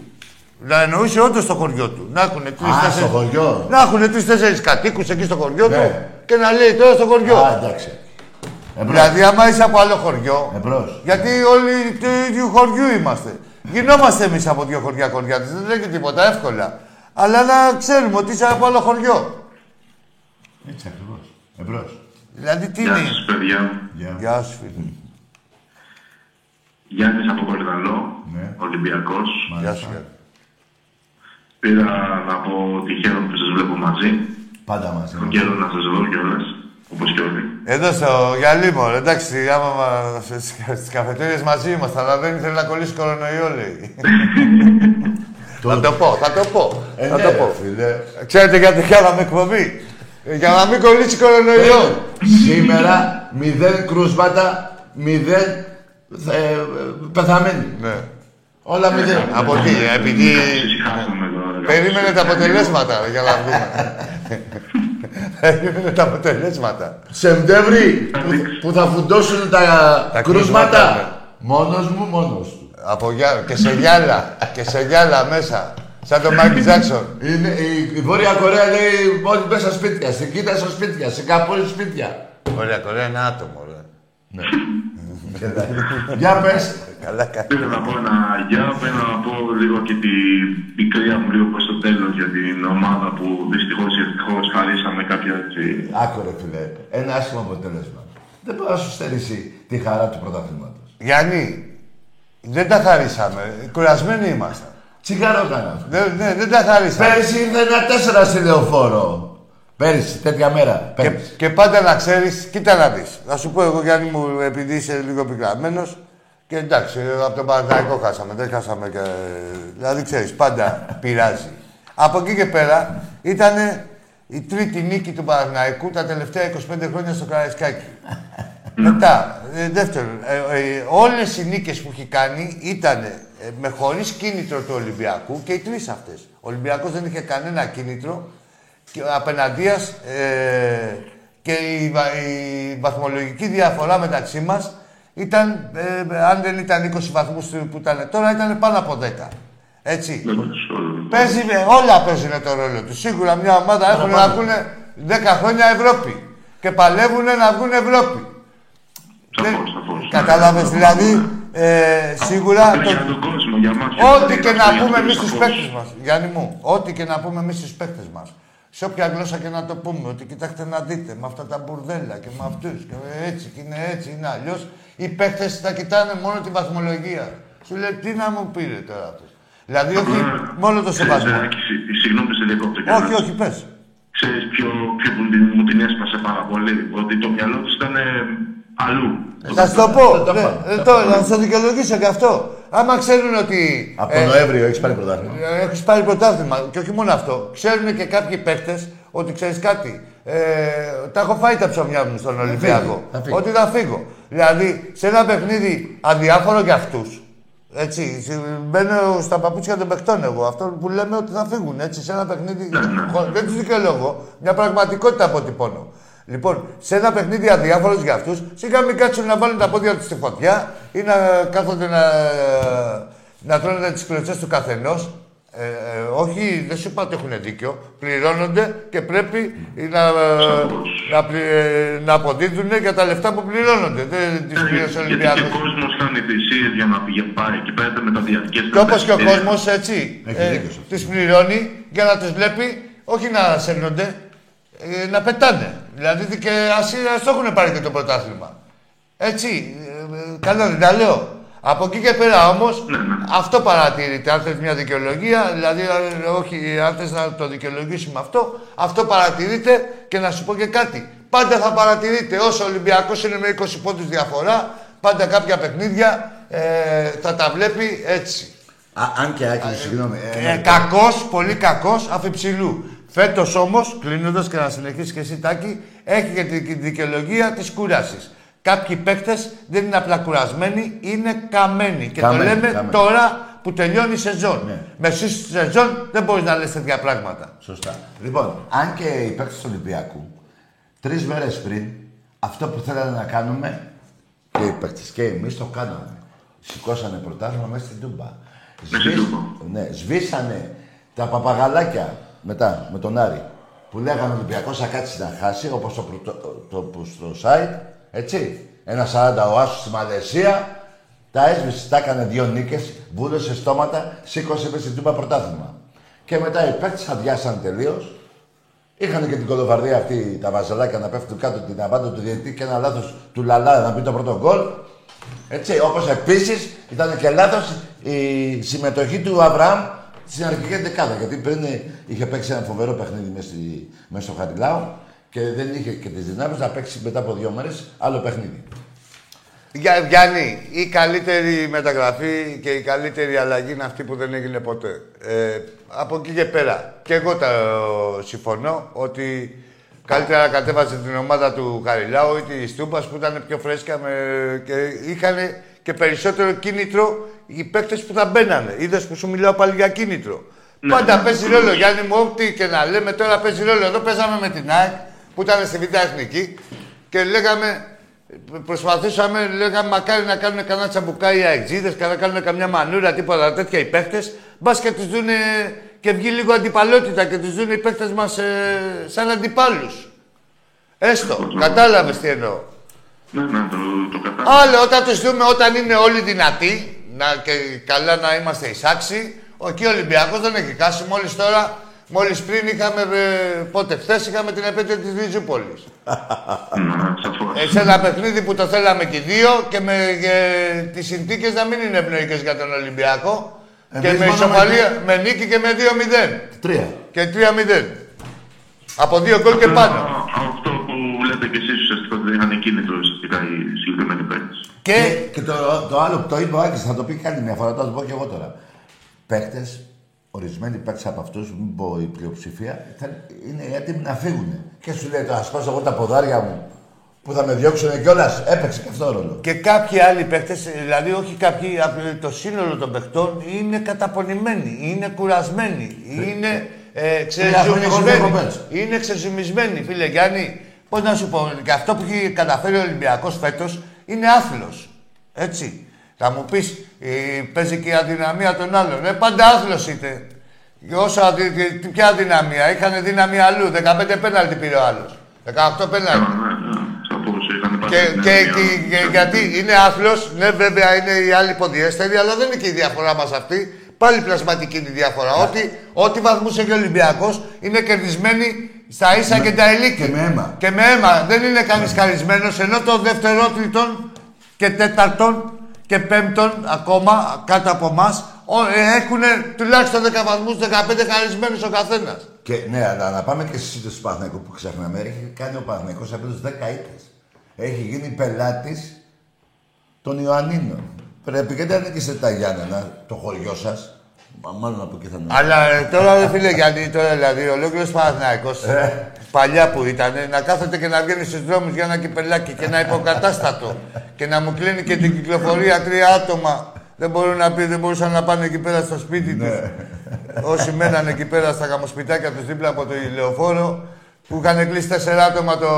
Να εννοούσε όντως το χωριό του. Να έχουν
Α,
τρει-τέσσερι.
στο χωριό.
Να έχουν τρει-τέσσερι κατοίκους εκεί στο χωριό
Ναι.
του και να λέει τώρα στο χωριό.
Α, ναι. εντάξει. Εμπρός.
δηλαδή, άμα είσαι από άλλο χωριό.
Εμπρός.
Γιατί όλοι του ίδιου χωριού είμαστε. Γινόμαστε εμείς από δύο χωριά χωριά της. Δεν λέγεται τίποτα εύκολα. Αλλά να ξέρουμε ότι είσαι από άλλο χωριό.
Έτσι ακριβώς. Εμπρός.
Δηλαδή, τι
Γεια
είναι.
σας, παιδιά.
Γεια.
Γεια σου, φίλε.
Γιάννης από Κορυδαλό,
Ναι.
Ολυμπιακός.
Γεια σου, Γιάννη.
Πήρα να πω ότι χαίρομαι που σας βλέπω μαζί.
Πάντα μαζί.
Έχω καιρό να σας δω κιόλας, όπως και όλοι.
Εδώ στο Ε, γυαλί μου, εντάξει, άμα μα- στις καφετέριες μαζί είμαστε, αλλά δεν ήθελε να κολλήσει κορονοϊό, λέει. θα το πω, θα το πω,
Ε,
θα
ναι,
το
ρε,
πω.
Φίλε.
Ξέρετε γιατί κάναμε εκπομπή. Ε, Για να μην κολλήσει κορονοϊό.
Λοιπόν, Σήμερα μηδέν κρούσματα, μηδέν ε, ε, πεθαμένοι.
ναι.
Όλα μηδέν.
Από τι, Ναι, επειδή...
Συγχάσαμε τώρα.
Περίμενε τα αποτελέσματα, ρε, για να δούμε. Περίμενε τα αποτελέσματα.
Σεπτέμβρη που, που θα φουντώσουν τα,
Τα κρούσματα,
κρούσματα.
ναι.
Μόνος μου, μόνος του.
Από γυα- Και σε γυάλα, και σε γυάλα μέσα. Σαν τον Μάικλ Τζάξον.
Είναι, η, η Βόρεια Κορέα λέει όλοι μέσα στα σπίτια, στην Κίνα στα σπίτια, στην Καπόλη σπίτια.
Ωραία, κορέα, ένα άτομο, ρε.
Για πες,
Καλά, καλά.
Πήρα να πω ένα γεια, πήρα να πω λίγο και την πικρία μου λίγο προς το τέλος για την ομάδα που δυστυχώς ή ευτυχώς χαρίσαμε κάποια έτσι.
άκουρε φίλε, ένα άσχημο αποτέλεσμα. Δεν μπορεί να σου στερήσει τη χαρά του πρωταθλήματος.
Γιάννη, δεν τα χαρίσαμε. Κουρασμένοι ήμασταν.
Τσιγάρο έκανα.
Δεν, ναι, δεν τα χαρίσαμε.
Πέρυσι ήρθε ένα τέσσερα στη λεωφόρο. Πέρυσι, τέτοια μέρα.
Και,
Πέρυσι.
και πάντα να ξέρεις, κοίτα να δεις. Θα σου πω εγώ, Γιάννη μου, επειδή είσαι λίγο πικραμένο. Και εντάξει, από τον Παναγικό χάσαμε. Δεν χάσαμε και. Δηλαδή ξέρεις, πάντα πειράζει. Από εκεί και πέρα ήταν η τρίτη νίκη του Παναγικού τα τελευταία 25 χρόνια στο Καραϊσκάκι. Μετά, ε, δεύτερον, ε, ε, όλες οι νίκες που έχει κάνει ήταν με χωρίς κίνητρο του Ολυμπιακού και οι τρεις αυτές. Ο Ολυμπιακός δεν είχε κανένα κίνητρο και απέναντίας ε, και η, βα- η βαθμολογική διαφορά μεταξύ μας ήταν, ε, αν δεν ήταν 20 βαθμούς που ήταν τώρα, ήταν πάνω από 10. Έτσι.
Ναι.
Παίζει, ε, όλα παίζουν το ρόλο τους. Σίγουρα μια ομάδα έχουν να βγουν 10 χρόνια Ευρώπη. Και παλεύουν να βγουν Ευρώπη.
Σαφώς, σαφώς.
Κατάλαβες Ναι. δηλαδή ε, σίγουρα.
Απλά Για
Το...
τον κόσμο, για μας.
Ό,τι και να πούμε εμείς στους
Σαφώς.
παίκτες μας, Γιάννη μου, ό,τι και να πούμε εμείς στους παίκτες μας. Σε όποια γλώσσα και να το πούμε, ότι κοιτάξτε να δείτε με αυτά τα μπουρδέλα και με αυτούς και με έτσι και είναι έτσι, είναι αλλιώς. Οι παίκτες θα κοιτάνε μόνο την βαθμολογία. Σου λέει τι να μου πήρε τώρα αυτός. Δηλαδή, όχι
Απλά,
μόνο το
ξέρεις,
σεβασμό.
Ζεράκη, Ναι, συ- ε, Συγγνώμη που σε διακόπτω κιόλας.
Όχι, όχι, πες.
Ξέρεις ποιο, ποιο που την- μου την έσπασε πάρα πολύ, ότι το μυαλό τους ήταν ε, αλλού.
Θα σου το πω.
θα τα
ναι,
πάμε,
ε, το- Να σου το δικαιολογήσω και αυτό. Άμα ξέρουν ότι.
Από
ε,
τον Νοέμβριο έχεις πάρει πρωτάθλημα.
Έχει Ε, πάρει πρωτάθλημα. Και όχι μόνο αυτό. Ξέρουν και κάποιοι παίκτες ότι ξέρεις κάτι. Ε, τα έχω φάει τα ψωμιά μου στον Ολυμπιακό.
θα φύγει.
Ότι θα φύγω. Δηλαδή σε ένα παιχνίδι αδιάφορο για αυτούς. Έτσι, σε- μπαίνω στα παπούτσια των παιχτών εγώ. Αυτό που λέμε ότι θα φύγουν. Έτσι, σε ένα παιχνίδι. χω- δεν τους δικαιολογώ. Μια πραγματικότητα αποτυπώνω. Λοιπόν, σε ένα παιχνίδι αδιάφορος για αυτούς, σιγά μην κάτσουν να βάλουν τα πόδια τους στη φωτιά ή να κάθονται να, να τρώνε τις κλωτσές του καθενός. Ε, ε, όχι, δεν σου είπα ότι έχουν δίκιο. Πληρώνονται και πρέπει να, ε, να, πλη- ε, να αποδίδουν για τα λεφτά που πληρώνονται. Δεν τις
Ε,
πλήρωσε ο
Γιατί και ο
Ολυμπιακός.
κόσμος κάνει θυσίες για να πηγαίνει πάει εκεί πέρα τα μεταδιαρκές.
Και όπως και ο
ταξίδια.
κόσμος, έτσι, ε,
Έχει δίκιο σε αυτό.
τις πληρώνει για να τους βλέπει, όχι να σέρνονται, ε, να πετάνε. Δηλαδή και ας, ας το έχουν πάρει και το πρωτάθλημα. Έτσι, ε, ε, καλά δεν τα λέω. Από εκεί και πέρα όμως,
Ναι, ναι.
αυτό παρατηρείται. Αν θες μια δικαιολογία, δηλαδή αν- όχι, αν θες να το δικαιολογήσει με αυτό, αυτό παρατηρείται και να σου πω και κάτι. Πάντα θα παρατηρείται. Όσο ο Ολυμπιακός είναι με 20 πόντους διαφορά, πάντα κάποια παιχνίδια ε, θα τα βλέπει έτσι.
Α, αν και άκρη, συγγνώμη.
Ε, κακός, πολύ κακός, αφιψηλού. Φέτος όμως, κλείνοντας και να συνεχίσει και εσύ Τάκη, έχει και τη δικαιολογία της κούρασης. Κάποιοι παίκτες δεν είναι απλά κουρασμένοι, είναι καμένοι. Και
Καμένοι,
το λέμε
καμένοι.
τώρα που τελειώνει η σεζόν.
Ναι.
Με σύστη στη σεζόν δεν μπορείς να λες τέτοια πράγματα.
Σωστά. Λοιπόν, αν και οι παίκτες του Ολυμπιακού τρεις μέρες πριν αυτό που θέλανε να κάνουμε και οι παίκτες και εμείς το κάναμε. Σηκώσανε πρωτάθλημα μέσα στην Τούμπα.
Μέσα στην
Σβήσ-
Τούμπα.
Ναι, σβήσανε τα παπαγαλάκια μετά με τον Άρη που λέγανε ο Ολυμπιακός θα κάτσει να χάσει όπως το, πρωτο- το, που στο site. Έτσι. Ένα 40 ο Άσος στη Μαλαισία. Τα έσβησε, τα έκανε δύο νίκες, βούλωσε στόματα, σήκωσε μέσα στην Τούμπα πρωτάθλημα. Και μετά οι παίκτες αδειάσαν τελείως. Είχαν και την κολοβαρδία αυτή τα βαζελάκια να πέφτουν κάτω την αβάντα του διαιτητή και ένα λάθος του Λαλά να μπει το πρώτο γκολ. Έτσι, όπως επίσης ήταν και λάθος η συμμετοχή του Αβραάμ στην αρχική δεκάδα. Γιατί πριν ε, είχε παίξει ένα φοβερό παιχνίδι μέσα, στη, μέσα στο Χαριλάο και δεν είχε και τις δυνάμεις να παίξει μετά από δύο μέρες άλλο παιχνίδι.
Για, Γιάννη, η καλύτερη μεταγραφή και η καλύτερη αλλαγή είναι αυτή που δεν έγινε ποτέ. Ε, από εκεί και πέρα. Και εγώ τα ε, συμφωνώ ότι καλύτερα κατέβασε την ομάδα του Χαριλάου ή της Στούμπας που ήταν πιο φρέσκα με, και είχαν και περισσότερο κίνητρο οι παίκτες που θα μπαίνανε. Είδες που σου μιλάω πάλι για κίνητρο.
Ναι,
Πάντα
ναι,
παίζει
ακριβώς.
ρόλο, Γιάννη μου, ό,τι και να λέμε τώρα παίζει ρόλο. Εδώ παίζαμε με την ΑΕΚ που ήταν στη Β' Εθνική και λέγαμε, προσπαθούσαμε, λέγαμε μακάρι να κάνουν κανένα τσαμπουκάκι οι αεξίδε, να κάνουν καμιά μανούρα, τίποτα τέτοια οι παίχτε. Μπας και τους δούνε και βγει λίγο αντιπαλότητα και τους δούνε οι παίχτε μας ε, σαν αντιπάλους. Έστω, κατάλαβες τι εννοώ.
Ναι, ναι, το, το κατάλαβα.
Άλλο όταν τους δούμε όταν είναι όλοι δυνατοί να, και καλά να είμαστε εισάξιοι. Ο και ο Ολυμπιακός δεν έχει κάσει. Μόλις τώρα, μόλις πριν είχαμε, ε, πότε χθες είχαμε την επέτειο της Ριζούπολη.
Ναι, σαφώ.
Ε, σε ένα παιχνίδι που το θέλαμε και οι δύο και με ε, τις συνθήκες να μην είναι ευνοϊκές για τον Ολυμπιακό.
Εμείς
και με
μόνο με
ισοπαλία, με, νίκη και με 2-0.
Τρία.
Και 3-0. Από δύο γκολ και πάνω.
Ε, Αυτό που λέτε κι εσείς ουσιαστικά ότι δεν είχαν κίνητρο ουσιαστικά οι συγκεκριμένοι παίκτες.
Ναι.
Και,
Και
και το, το άλλο που το είπε ο Άκης, θα το πει και άλλη μια φορά, θα το πω και εγώ τώρα. Παίκτες, ορισμένοι παίκτες από αυτούς, μην πω η πλειοψηφία, θα- είναι έτοιμοι να φύγουν. Και σου λέει, Α σπάσω εγώ τα ποδάρια μου που θα με διώξουν κιόλας. Έπαιξε και αυτό ρόλο.
Και κάποιοι άλλοι παίχτε, δηλαδή όχι κάποιοι, απ- το σύνολο των παιχτών είναι καταπονημένοι, είναι κουρασμένοι, είναι ε,
χρόνια
ξεζουμισμένοι.
διακοπές.
Είναι ξεζουμισμένοι, φίλε Γιάννη. Πώς να σου πω, και αυτό που έχει καταφέρει ο Ολυμπιακός φέτος είναι άθλος. Έτσι. Θα μου πεις, παίζει και η αδυναμία των άλλων. Ε, πάντα άθλος ήταν. Και Όσο, αδυ- και τι- ποια αδυναμία, είχαν δύναμη αλλού. 15 πέναλτι πήρε ο άλλος. 18 πέναλτι.
Ναι, ναι, σαφώ είχαν πάρει.
Και,
την
και,
έννοια.
και- και- γιατί είναι άθλος, ναι, βέβαια είναι οι άλλοι ποδιέστεροι, αλλά δεν είναι και η διαφορά μας αυτή. Πάλι πλασματική είναι η διαφορά.
Ναι.
Ό,τι, ό,τι βαθμού έχει ο Ολυμπιακός είναι κερδισμένοι στα ίσα και τα ελίκη.
Ναι. και με αίμα. Ναι.
Και με αίμα. Δεν είναι κανείς χαρισμένος, ενώ των δευτερότριτων και τέταρτων και πέμπτων ακόμα κάτω από εμάς έχουν τουλάχιστον 10 βαθμού, 15 χαρισμένους ο καθένας.
Και, ναι, αλλά να πάμε και στη σύντοση του Παναθηναϊκούς που ξεχνάμε. Έχει κάνει ο Παναθηναϊκός απέτω 10 ήττες. Έχει γίνει πελάτης των Ιωαννίνων. Πρέπει και δεν νικήσετε τα Γιάννενα, το χωριό σας. Μάλλον από εκεί θα είναι.
Αλλά ε, τώρα δεν φίλε γιατί τώρα δηλαδή ολόκληρος Παναθυναϊκό παλιά που ήταν να κάθεται και να βγαίνει στους δρόμους για ένα κυπελάκι και ένα υποκατάστατο και να μου κλείνει και την κυκλοφορία τρία άτομα. Δεν, μπορούν να πει, δεν μπορούσαν να πάνε εκεί πέρα στο σπίτι τους. Όσοι μένανε εκεί πέρα στα γαμοσπιτάκια τους δίπλα από το ηλεοφόρο που είχαν κλείσει τέσσερα άτομα το,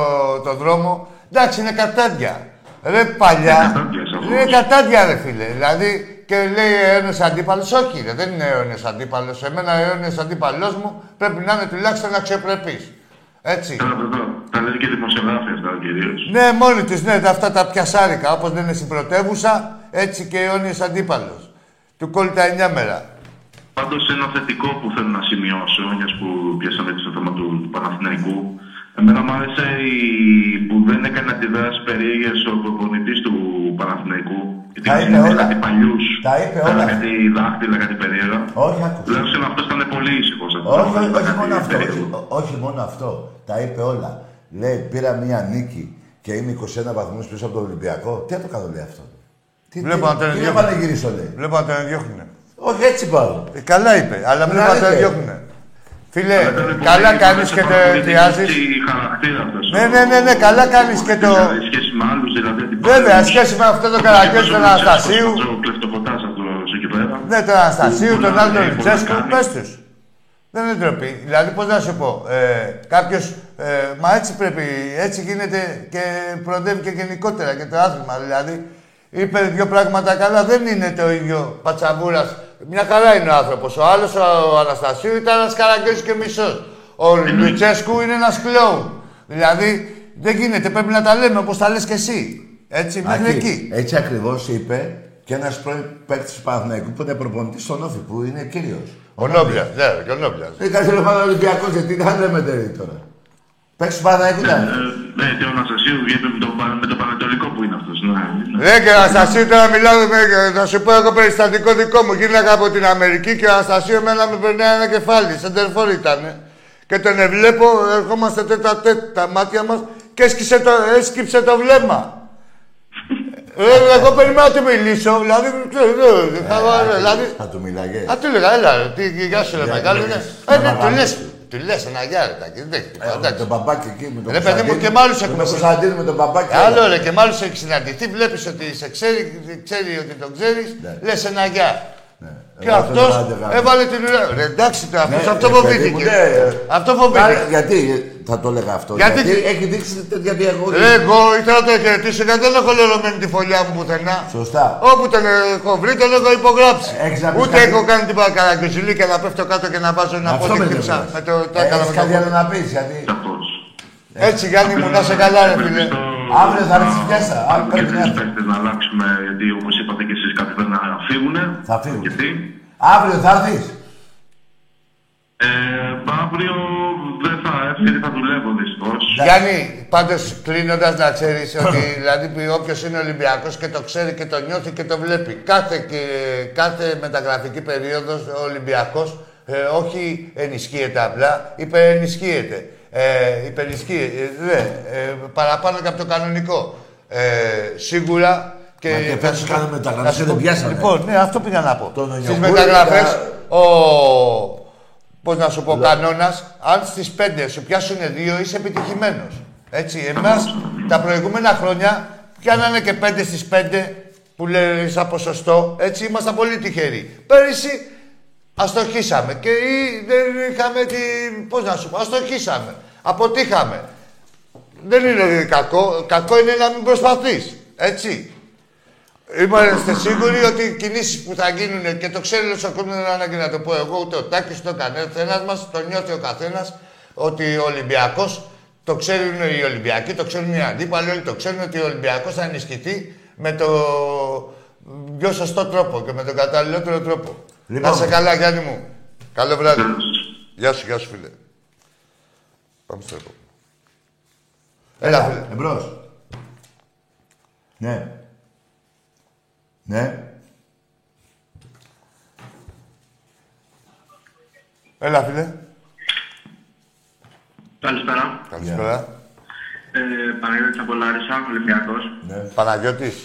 το δρόμο. Εντάξει, είναι καρτάδια. Ρε παλιά.
κατάδια, σαφώς.
Ρε κατάδια, ρε φίλε. Δηλαδή και λέει αιώνιο αντίπαλος. Όχι, ρε, δεν είναι αιώνιος αντίπαλος. Εμένα αιώνιος αντίπαλο μου πρέπει να είναι τουλάχιστον αξιοπρεπή. Έτσι.
Καλά, βέβαια, Τα λένε και οι δημοσιογράφοι αυτά κυρίως.
Ναι, μόνοι τους, ναι, τα- αυτά τα πιασάρικα. Όπως δεν είναι στην πρωτεύουσα, έτσι και αιώνιος αντίπαλος. Του κόλλει τα εννιά μέρα.
Πάντως, ένα θετικό που θέλω να σημειώσω, μιας που πιάσαμε το θέμα του, του Παναθηναϊκού, εμένα μου άρεσε η, που δεν έκανε αντιδράσεις περίεργες ο προπονητής του Παναθηναϊκού. Γιατί
Τα είπε
είναι
όλα.
Κάτι παλιούς.
Τα είπε όλα.
Κάτι δάχτυλα, κάτι περίεργα.
Όχι, άκουσα.
Τουλάχιστον αυτός ήταν πολύ ήσυχος.
Όχι, όχι μόνο αυτό. όχι- ό- Όχι μόνο αυτό. Τα είπε όλα. Λέει, πήρα μία νίκη και είμαι 21 βαθμούς πίσω από τον Ολυμπιακό. Τι θα το κάνω, λέει αυτό. Τι,
Βλέπω
τι,
να τον
τι να
διώχνει.
πανηγυρίσω, λέει.
Βλέπω να τον διώχνουνε.
Όχι, έτσι πάω.
Ε, Καλά είπε, αλλά
Να
βλέπω να τον
λέτε.
διώχνουνε. Φίλε, καλά κάνει και το διάζει.
χαρακτήρα αυτός.
Ναι, ναι, ναι, ναι, καλά κάνεις και το-
Δηλαδή, Σχέση με άλλους, δηλαδή. αντιπάλους.
Βέβαια, σχέση με αυτό τον καραγκιόζη
Ο
τον
Λουτσέσκος,
Αναστασίου.
Ο κλεφτοκοτάς αυτός εκεί πέρα.
Ναι, τον Αναστασίου,
Που
τον
πολλά-
άλλον τον
έχει πολλά
Λουτσέσκο,
κάνει.
πες τους. Δεν είναι ντροπή. Δηλαδή, πώς να σου πω, ε, κάποιος, ε, μα έτσι πρέπει, έτσι γίνεται και προοδεύει και γενικότερα και το άθλημα. Δηλαδή, είπε δύο πράγματα καλά, δεν είναι το ίδιο πατσαβούρας. Μια καλά είναι ο άνθρωπος. Ο άλλος, ο Αναστασίου, ήταν ένας καραγκιός και μισός. Ο Λουτσέσκου είναι ένας κλόουν. Δηλαδή, δεν γίνεται, πρέπει να τα λέμε όπως τα λες και εσύ. Έτσι, μέχρι
Άκη,
εκεί.
Έτσι ακριβώς είπε και ένας πρώην παίκτης του Παναθηναϊκού που είναι προπονητής στον Όφη, που είναι κύριος. Ε,
Ο Νόμπλιας, ναι, και ο Νόμπλιας.
Δεν κάνει ο Ολυμπιακός, γιατί δεν λέμε τέλει τώρα. Παίκτης του Παναθηναϊκού
Ε,
ήταν.
Ναι, και ο Αναστασίου βγαίνει με τον Πα- με τον Πανετολικό που είναι αυτός. ναι, ναι.
Ρε Ε, και ο Αναστασίου τώρα μιλάω, με- θα σου πω εγώ περιστατικό δικό μου. Γύρναγα από την Αμερική και ο Αναστασίου εμένα με περνάει ένα κεφάλι, σαν τερφόρ ήταν. Και τον εβλέπω, ερχόμαστε τέτα τέτ, τα μάτια μας και έσκυψε το, έσκυψε το βλέμμα. Ρε, εγώ περιμένω να του μιλήσω, δηλαδή, ξέρω, δεν- δεν θα βάλω, δηλαδή,
Ε, Θα του μιλάγε.
Α, του έλεγα, έλα, ρε, τι τι- γεια σου, ρε,
Για-
μεγάλο,
για-
είναι.
για-
Ε, ναι,
για-
του
για-
λες, τους λες ένα γιάρετα, και δεν έχει τίποτα,
Ε, Με
εντάξει.
τον μπαμπάκι εκεί, με τον
Ρε, παιδί μου,
Κωνσταντίνο.
και μ' άλλους
Με
έχουμε
τον
συ-
Κωνσταντίνο, με τον μπαμπάκι.
Άλλο ρε και μάλιστα έχεις συναντηθεί, βλέπεις ότι σε ξέρει, ξέρει ότι τον ξέρεις,
Ναι.
λες ένα γεια. Και
Εγώ αυτό
αυτό
δεν άντεγα.
έβαλε την ουρά. Ρε εντάξει τώρα, αυτός
Ναι,
αυτό
ρε, παιδί μου,
φοβήθηκε.
ναι.
Αυτό
Άρα,
φοβήθηκε.
γιατί ε, θα το έλεγα αυτό.
Γιατί- Ε,
Γιατί, έχει δείξει τέτοια διαγωγή.
Ρε, εγώ ήθελα να τον χαιρετήσω γιατί δεν έχω λερωμένη τη φωλιά μου πουθενά.
Σωστά. Ε,
Όπου τον έχω βρει, τον έχω υπογράψει.
Έχεις να πεις
Ούτε
κάτι?
έχω κάνει τίποτα καραγκιουζιλί και να πέφτω κάτω και να βάζω ένα πόδι χτύψα. Με το τα έκανα
Έχεις
με το
Ε, κάτι άλλο
πόδι.
να πεις. Γιατί
Σαφώς.
Έτσι, Γιάννη μου, να είσαι καλά, ρε φίλε.
Ευελπιστώ
Αύριο θα έρθεις πιάσα,
να-
αύριο πρέπει
και
να
τους
έρθεις.
παίκτες να αλλάξουμε, γιατί όπως είπατε και εσείς κάποιοι πρέπει να φύγουνε.
Θα φύγουν.
Γιατί.
Αύριο θα έρθεις.
Ε, αύριο δεν θα έρθει, γιατί θα δουλεύω δυστυχώς.
Γιάννη, πάντως κλείνοντας να ξέρεις ότι δηλαδή όποιος είναι Ολυμπιακός και το ξέρει και το νιώθει και το βλέπει. Κάθε, και- κάθε μεταγραφική περίοδος ο Ολυμπιακό όχι ενισχύεται απλά, υπερενισχύεται. Ε, υπερενισχύεται, ε, δε, ε, παραπάνω και από το κανονικό. Ε, σίγουρα και.
Μα και φέτος
να σου-
κάναμε μεταγραφές
να σου
και δεν
πω-
πιάσαμε.
Λοιπόν, ναι, αυτό πήγα να πω.
Τον
Στις
Ονιοκούρη,
μεταγραφέ,
τα-
ο Πώς να σου πω, κανόνας, αν στις 5 σου πιάσουν δύο, είσαι επιτυχημένος. Έτσι, εμάς τα προηγούμενα χρόνια πιάνανε και 5 στι 5 που λέει σαν ποσοστό. Έτσι, ήμασταν πολύ τυχεροί. Πέρυσι αστοχήσαμε και ή δεν είχαμε την. Πώς να σου πω, αστοχήσαμε. Αποτύχαμε. Δεν είναι κακό. Κακό είναι να μην προσπαθείς. Έτσι. Είμαστε σίγουροι ότι οι κινήσεις που θα γίνουν και το ξέρει όλο ο κόσμο, δεν είναι ανάγκη να το πω εγώ, ούτε ο Τάκης, ούτε ο καθένα μας, το νιώθει ο καθένας ότι ο Ολυμπιακός, το ξέρουν οι Ολυμπιακοί, το ξέρουν οι αντίπαλοι, όλοι το ξέρουν ότι ο Ολυμπιακός θα ενισχυθεί με το πιο σωστό τρόπο και με τον καταλληλότερο τρόπο.
Λοιπόν.
Να σε καλά, Γιάννη μου. Καλό βράδυ.
Τέλος.
Γεια σου, γεια σου, φίλε. Πάμε στο επόμενο. Έλα,
Έλα,
φίλε.
εμπρός. Ναι. Ναι.
Έλα, φίλε.
Καλησπέρα.
Καλησπέρα.
Ε, Παναγιώτης από Λάρισα, Ολυμπιακός.
Παναγιώτης.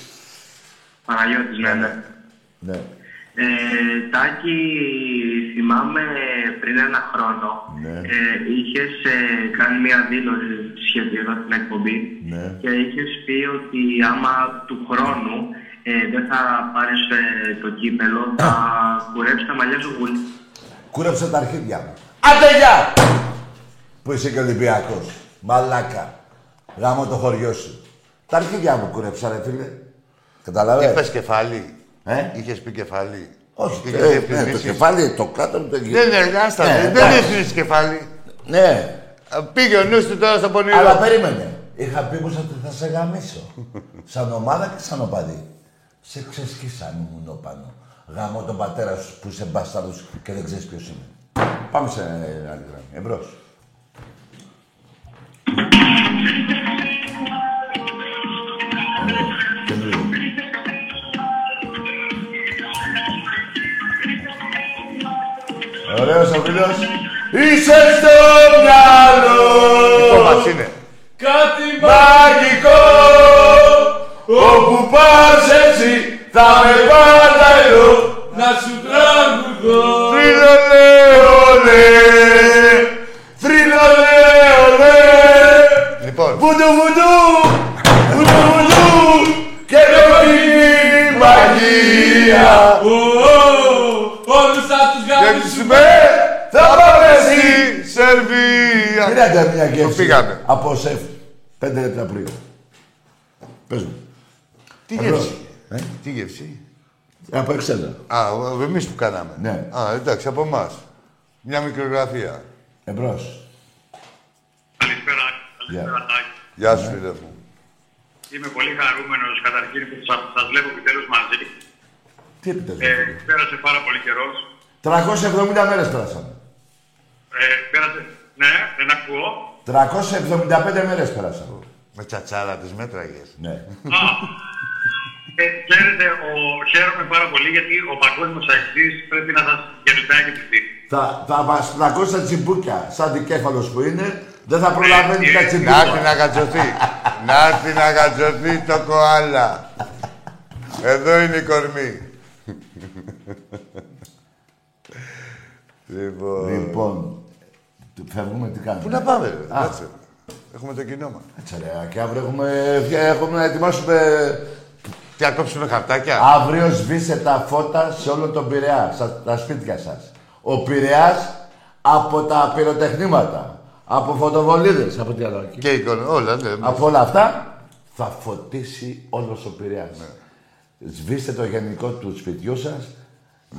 Παναγιώτης, ναι, ναι.
Ναι.
Ε, Τάκη, θυμάμαι πριν ένα χρόνο
Ναι.
ε, είχες ε, κάνει μια δήλωση σχετικά με την εκπομπή
Ναι.
και είχες πει ότι άμα του χρόνου ε, δεν θα πάρεις ε, το κύπελο θα κουρέψεις τα μαλλιά σου γουλί.
Κούρεψα τα αρχίδια μου. Άντε γεια! Που είσαι και Ολυμπιακός. Μαλάκα. Γάμο το χωριό σου. Τα αρχίδια μου κούρεψα, ρε φίλε. Καταλαβαίνετε.
Είπες Ε. κεφάλι.
Ε?
Είχες πει κεφάλι.
Όχι,
Είχες
ε, ναι, το
διευθυνήσεις.
κεφάλι, το κάτω μου το γύρω.
Δεν είναι, άστα,
Ναι,
δεν- δεν
εντάξει.
διευθύνεις κεφάλι.
Ναι,
Α, Πήγε ο νους του τώρα στο πονηρό.
αλλά περίμενε. Είχα πει πως θα- θα σε γαμίσω. σαν ομάδα και σαν οπαδί. Σε ξεσκίσαν μου πάνω. Γαμώ τον πατέρα σου που είσαι μπάσταρος και δεν ξέρεις ποιος είναι. Πάμε σε ε, άλλη γραμμή. Εμπρός. Καινούριο. Ωραίος ο φίλος. Είσαι στο μυαλό.
Το μας είναι.
Κάτι μαγικό. Όπου πας έτσι θα με πάντα εδώ. Να σου τραγουδώ. Θρύλωλε, ολέ. Ε, Θρύλωλε, ολέ.
Λοιπόν,
Βουντου, βουντου. Βουντου, βουντου. Και το γίνει μαγεία. Ω, ω, Όλους θα τους γαμίσουμε.
θα πάμε στη Σερβία.
Πήρατε μια γεύση.
πήγαμε.
Από σεφ. Πέντε λεπτά πριν. Πες μου.
Τι
Ευρώ.
γεύση.
Ε?
Τι γεύση.
Από εξέλα.
Α, εμείς που κάναμε.
Ναι.
Α, εντάξει, από εμάς. Μια μικρογραφία.
Εμπρός.
Καλησπέρα. Καλησπέρα,
Γεια.
Τάκη.
Γεια σου, φίλε μου.
Είμαι πολύ χαρούμενος καταρχήν που σας βλέπω επιτέλους μαζί.
Τι επιτέλους.
Ε, πέρασε πάρα πολύ καιρός.
370 μέρες πέρασαν.
Ε, πέρασε. Ναι, δεν ακούω.
375 μέρες πέρασαν.
Με τσατσάρα τις μέτραγες.
Ναι.
Α, ε, ξέρετε, ο, χαίρομαι πάρα πολύ γιατί ο παγκόσμιος ακτής πρέπει να σας γελτάει και τη δει.
θα, θα μας πλακώσει τα τσιμπούκια. Σαν δικέφαλος που είναι, δεν θα προλαβαίνει τα
Να έρθει
τσιμπούκια.
να κατσωθεί. Να έρθει να κατσωθεί το κοάλα. Εδώ είναι η κορμή. Λοιπόν.
Λοιπόν, φεύγουμε τι κάνουμε.
Πού να πάμε, ρε.
Α.
Κάτσε. Έχουμε το κοινό μας.
Έτσι, ρε, και αύριο έχουμε, έχουμε να ετοιμάσουμε
Τι, να κόψουμε χαρτάκια.
Αύριο σβήσε τα φώτα σε όλο τον Πειραιά, στα, τα σπίτια σας. Ο Πειραιάς από τα πυροτεχνήματα, από φωτοβολίδες, από τι άλλο. εκεί.
Και εικόνα, όλα, ναι.
Από όλα αυτά θα φωτίσει όλος ο Πειραιάς. Σβήστε το γενικό του σπιτιού σας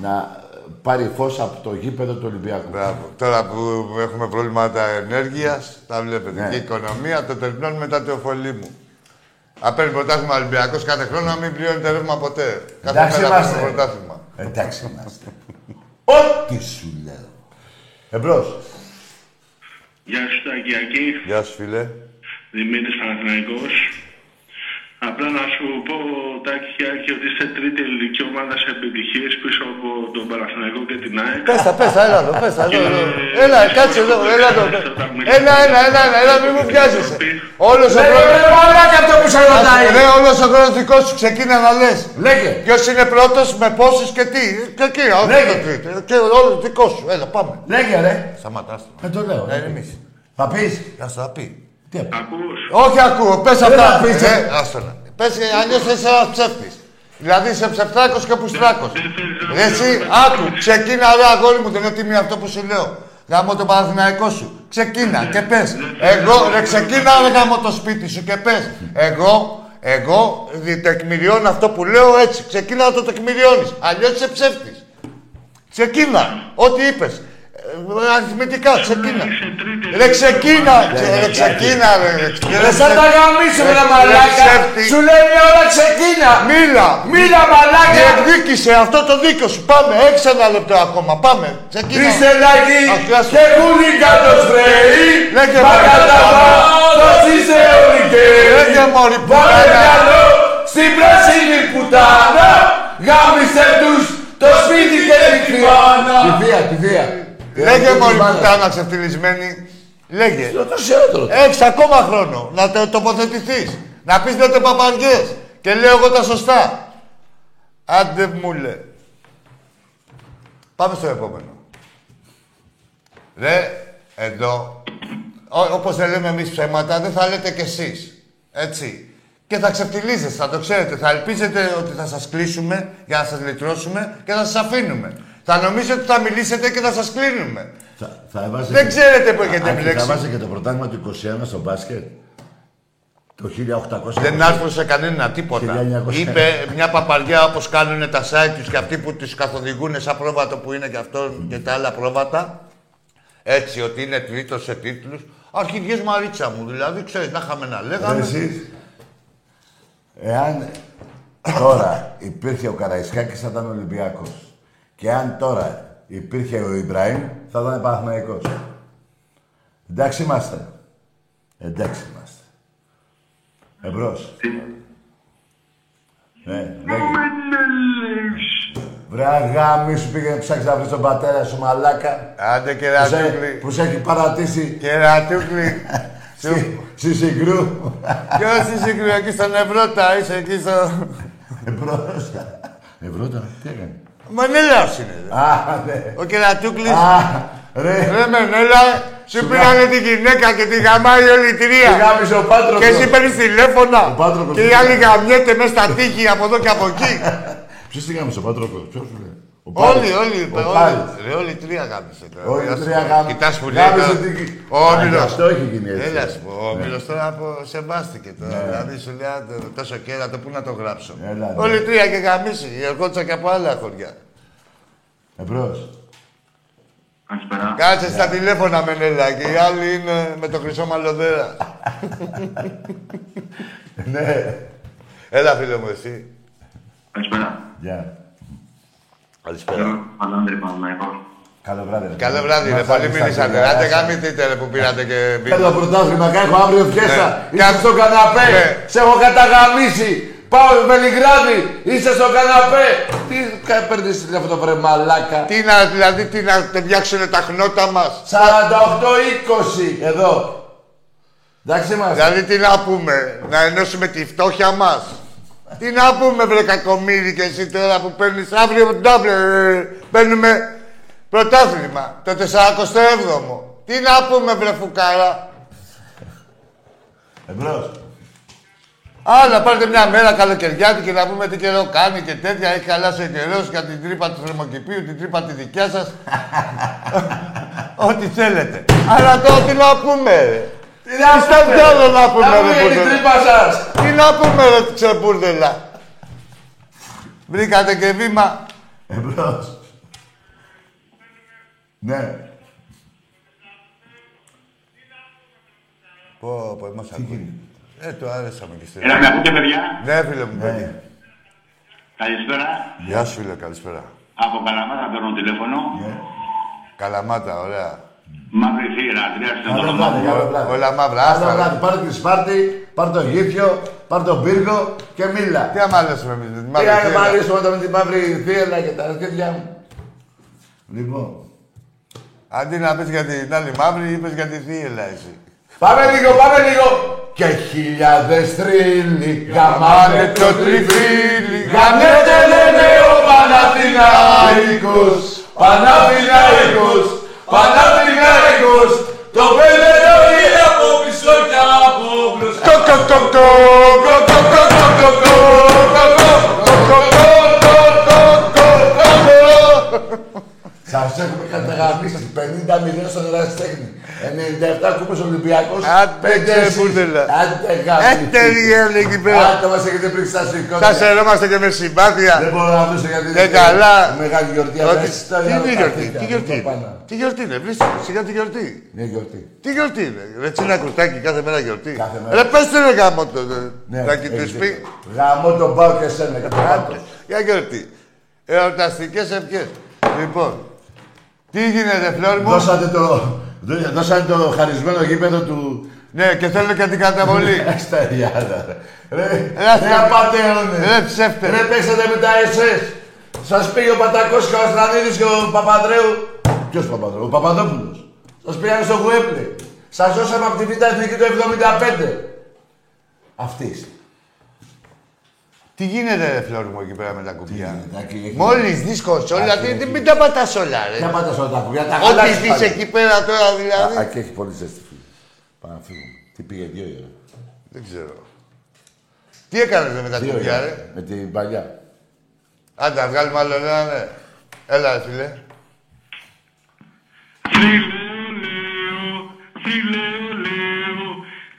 να ε, πάρει φως από το γήπεδο του Ολυμπιακού.
Μπράβο. Τώρα που έχουμε προβλήματα ενέργειας, τα βλέπετε.
Ναι.
Και η οικονομία το τερνώνει μετά το εφολί μου. Απέρνει πρωτάθλημα Ολυμπιακός κάθε χρόνο να μην πληρώνεται ρεύμα ποτέ. Κάθε
Εντάξει
μέρα
είμαστε.
παίρνει πρωτάθλημα.
Εντάξει είμαστε. Ό,τι σου λέω. Εμπρός.
Γεια σου Ταγκιακή,
Γεια σου, φίλε.
Δημήτρης Παναθηναϊκός. Απλά να σου πω, Τάκη και Άκη, ότι είστε τρίτη ελληνική ομάδα σε επιτυχίες πίσω από τον Παναθηναϊκό και την ΑΕΚ.
Πες τα, πες τα, έλα εδώ, πες τα, εδώ, εδώ.
Ε,
Έλα,
ε,
κάτσε εδώ,
ε,
έλα εδώ.
ε,
Έλα, έλα, έλα, έλα, έλα, μην μου πιάζεσαι. Όλος ο
Ρε, ρε,
χρόνος...
ρε, μαλάκα αυτό που σε ρωτάει.
Ρε, όλος ο χρόνος δικός σου ξεκίνα να λες.
Λέγε.
Ποιος είναι πρώτος, με πόσους και τι. Και εκεί, όχι
Λέγε.
το τρίτο. Και όλο δικός σου, έλα, πάμε.
Λέγε ρε.
Σταματάς το.
Ε, το λέω.
Να ηρεμήσει.
Θα πεις.
Να σου τα πει.
Τι απ'
Ακούς,
Όχι, ακούω, πες αυτά.
θα πεις,
Ε,
ε.
Άστο να. Πες, ε, αλλιώς είσαι ένας ψεύτης. Δηλαδή είσαι ψευτράκος και πουστράκος.
δεν θέλεις να
Ρε Εσύ, άκου, ξεκίνα ρε αγόρι μου, δεν είναι τιμή αυτό που σου λέω. Γάμω το Παναθηναϊκό σου. Ξεκίνα και πες. Εγώ, ρε ξεκίνα ρε γάμω το σπίτι σου και πες. Εγώ, εγώ δι- τεκμηριώνω αυτό που λέω έτσι. Ξεκίνα να το τεκμηριώνεις. Αλλιώς είσαι ψεύτης. Ξεκίνα, ό,τι είπες. Ε, Αριθμητικά, ξεκίνα.
είσαι τρίτη
Ρε ξεκίνα,
Ναι,
ξε- ρε ξεκίνα ρε.
Ρε σαν τα γαμίσουμε ρε μαλάκα. Σου λέει μια ώρα ξεκίνα.
Μίλα,
Μίλα μαλάκα.
Διεκδίκησε αυτό το δίκιο σου. Πάμε, έξω ένα λεπτό ακόμα. Πάμε. Ξεκινάμε.
Είστε λάκι
Αφιάσου.
και κούλικα Ε, το σπρέι.
Λέγε,
Μα
μαλάκα. Ναι,
καταλάβω πως είστε όλοι
Λέγε,
καιροί. Βάλε
μωρή, πουτάνα.
μυαλό στην πράσινη πουτάνα. Γάμισε τους το σπίτι και την κρυβάνα. Τη βία, τη βία.
Ε,
Ε,
Λέγε μόλι πουτάνα ξεφτυλισμένη. Λέγε. Έχεις ακόμα χρόνο να το τοποθετηθείς. Να πεις δεν παπαριές. Και λέω εγώ τα σωστά. Άντε μου λε. Πάμε στο επόμενο. Ρε, εδώ, ό- όπως δεν λέμε εμείς ψέματα, δεν θα λέτε κι εσείς. Έτσι. Και θα ξεφτυλίζεστε, θα το ξέρετε. Θα ελπίζετε ότι θα σας κλείσουμε για να σας λυτρώσουμε και θα σας αφήνουμε. Θα νομίζετε ότι θα μιλήσετε και θα σας κλείνουμε.
Θα- θα έβαζε και-
Δεν ξέρετε που έχετε
Α, και Θα
μπλέξει.
βάζει και το πρωτάθλημα του 21 στο μπάσκετ. Το 1800.
Δεν άρθρωσε κανένα τίποτα.
1900.
Είπε μια παπαριά όπως κάνουν τα site τους και αυτοί που του καθοδηγούν σαν πρόβατο που είναι και αυτό και τα άλλα πρόβατα. Έτσι, ότι είναι τρίτος σε τίτλους. Αρχιδιέ Μαρίτσα μου, δηλαδή ξέρεις, να είχαμε να λέγαμε.
Εσείς, εάν τώρα υπήρχε ο Καραϊσκάκης θα ήταν Ολυμπιακός. Και αν τώρα υπήρχε ο Ιμπραήμ θα ήταν Παναθηναϊκός. Εντάξει είμαστε. Εντάξει είμαστε. Εμπρός. Ναι, λέγε. Ρε αγάμι σου πήγαινε να ψάξεις να βρεις τον πατέρα σου μαλάκα
Άντε
που σε,
κερατούκλι.
που σε έχει
Ναι.
παρατήσει
Κερατούκλι.
στη, στη συγκρού.
Ποιος είσαι κύριο, εκεί στον Ευρώτα, είσαι εκεί στο...
Ευρώταρα. Ευρώταρα, τι έκανε.
Μανέλαος είναι. ρε.
Α, ναι.
Ο κερατούκλης.
Α, ρε.
Ρε Μενέλα, σου πήρανε τη γυναίκα και τη γαμάει όλη η τρία.
Γάμισε ο Πάτρος.
Και εσύ παίρνεις τηλέφωνα.
Πάτροκος.
Και η άλλη γαμιέται μέσα στα τείχη από εδώ και από εκεί.
Ποιος τη γάμισε ο Πάτρος, ποιος σου λέει. Ο
Όλοι,
Πάλης.
όλοι,
Ο Πάλης.
όλοι, ρε, όλοι τρία γάμισε. τώρα.
Όλοι
Έλα
οι
σου
τρία
πω.
γάμ-
Κοιτάς που λέει
γάμισε
τώρα.
την-
Ο
Α,
Όμιλος.
γι' Αυτό έχει γίνει έτσι.
Έλα σου πω, ο
Ναι.
Όμιλος τώρα από σεβάστηκε τώρα. Δηλαδή σου λέει, άντε, τόσο κέρατο, πού να το γράψω.
Έλα, ναι.
Όλοι τρία και γαμίσει, ερχόντουσαν και από άλλα χωριά.
Εμπρός.
Καλησπέρα.
Κάτσε
Ναι.
στα τηλέφωνα με νέλα και οι άλλοι είναι με το χρυσό μαλλοδέρα.
Ναι.
Έλα φίλε μου εσύ.
Καλησπέρα.
Γεια.
Καλησπέρα.
Αλάνδρη Παναγιώ.
Καλό βράδυ. ρε.
Καλό βράδυ, ρε.
Μας
Πολύ
άφησατε,
μιλήσατε.
γεια
Άντε
σας.
γαμηθείτε ρε που πήρατε και
ε, Θέλω
μπήκατε.
πρωτάθλημα, κάνω αύριο φιέστα.
Ναι.
Είσαι στο καναπέ,
Ναι.
σε έχω καταγαμίσει. Πάω στο Βελιγράδι, είσαι στο καναπέ. Τι κα- παίρνεις τηλέφωνο, βρε μαλάκα.
Τι να, δηλαδή, τι να φτιάξουν τα χνότα μας.
48-20, εδώ. Εντάξει είμαστε.
Δηλαδή τι να πούμε, να ενώσουμε τη φτώχεια μας. Τι να πούμε βρε κακομύρι και εσύ τώρα που παίρνεις αύριο τον τάβλε, παίρνουμε πρωτάθλημα, το 47ο. Τι να πούμε βρε φουκάρα.
Εμπρός.
Άλλα, πάρτε μια μέρα καλοκαιριάτικη και να πούμε τι καιρό κάνει και τέτοια. Έχει χαλάσει ο καιρός για την τρύπα του θερμοκηπίου, την τρύπα τη δικιά σας. ό,τι θέλετε. Αλλά τώρα τι να πούμε, ρε. Τι να πούμε, άλλο να πούμε,
Να
ρε.
βγαίνει η
μπουρδελά.
τρύπα σας.
Τι να πούμε, ρε, ξεμπούρδελα. Βρήκατε και βήμα.
Εμπρός. Ναι.
Πω, πω, είμαστε ακούει. Ε, το άρεσαμε και στην
Έλα, με ακούτε, παιδιά.
Ναι, φίλε μου, παιδί.
Καλησπέρα.
Γεια σου, φίλε, καλησπέρα.
Από Καλαμάτα παίρνω τηλέφωνο.
Καλαμάτα, ωραία.
Μαύρη θύρα, τρία στον
Καλό
δρόμο.
βράδυ, καλό βράδυ.
Όλα μαύρα,
Καλό
άστα, ρε.
βράδυ. Πάρε τη Σπάρτη, πάρε το Γήθιο, πάρε τον Πύργο και μίλα.
Τι άμα λες με εμείς, με τη
Τι
μαύρη
να
θύρα.
μάλιστα με την μαύρη θύελα και τα αρχίδια μου. Λοιπόν.
Αντί να πεις για την άλλη μαύρη, είπες για τη θύελα εσύ.
Πάμε λίγο, πάμε λίγο. Και χιλιάδες τρίλοι γαμάνε το τριφύλι. Γαμιέται λένε ο Παναθηναϊκός. Παναθηναϊκός, Παναθηναϊκός. Το πέλερο είναι από πίσω και από μπροστά. Σας έχουμε καταγαμίσει 50 μηδέν στον Ερασιτέχνη. 97 κούπες Ολυμπιακός.
Άντε,
πέντε
ρε,
εσείς.
μπουρδελά.
Άντε
Έτε διέλε Ε, εκεί πέρα.
Άντε μας έχετε πρίξει τα σηκώδια.
Θα σερόμαστε και με
Δεν
συμπάθεια.
μπορώ να μιλήσω γιατί
Ε, καλά.
μεγάλη γιορτή. αλλά
Ότι-
έτσι τα
Τι είναι η γιορτή,
καθήκια,
τι γιορτή
δεν το
είναι.
πάνε.
Τι γιορτή είναι, βρίσκεται, σιγά τη γιορτή.
Είναι γιορτή.
Τι γιορτή είναι, ρε τσίνα κρουστάκι, κάθε μέρα γιορτή.
Κάθε μέρα.
Ρε πες τι ρε γάμο το, ρε, τάκι
έχεις
του πει.
Ναι, δίκιο. Γαμώ τον πάω και σένα και τον
Άντε, για γιορτή. Εορταστικές ευχές. Λοιπόν, τι γίνεται, φλόρ μου.
Δώσατε το, δώ- δώσατε το χαρισμένο γήπεδο του...
Ναι, και θέλω και την καταβολή.
Εντάξει τα Ιάδα, ρε. Ρε,
Έλα,
ρε απατεώνες.
Ρε ψεύτε.
Ρε παίξατε με τα SS. Σας πήγε ο Πατακός και ο Αστρανίδης και ο Παπανδρέου. Ποιος Παπανδρέου, ο Παπαδόπουλος. Σας πήγανε στο Γουέμπλε. Σας δώσαμε από τη Β' Εθνική το 75. Αυτής.
Τι γίνεται, ρε φλόρ μου, εκεί πέρα με τα κουμπιά.
Μόλι.
Μόλι δίσκο όλα, τι-
Έχει,
τι-
έχει.
μην τα πατάς όλα,
Δεν
ρε.
πάτε σε όλα τα κουμπιά, τα
Ό,τι
χαλάσεις
δει
πάντα.
εκεί πέρα τώρα
Α,
δηλαδή.
και έχει πολύ ζέστη φίλε. Πάμε να φύγουμε. Τι πήγε, δύο η ώρα.
Δεν ξέρω. Τι έκανες με τα
Δύο η
κουμπιά,
ώρα.
ρε.
Με την παλιά.
Άντε, να βγάλουμε άλλο ένα, ναι. Έλα, ρε, φίλε.
Θρυλέω, λέω, θρυλέω, λέω.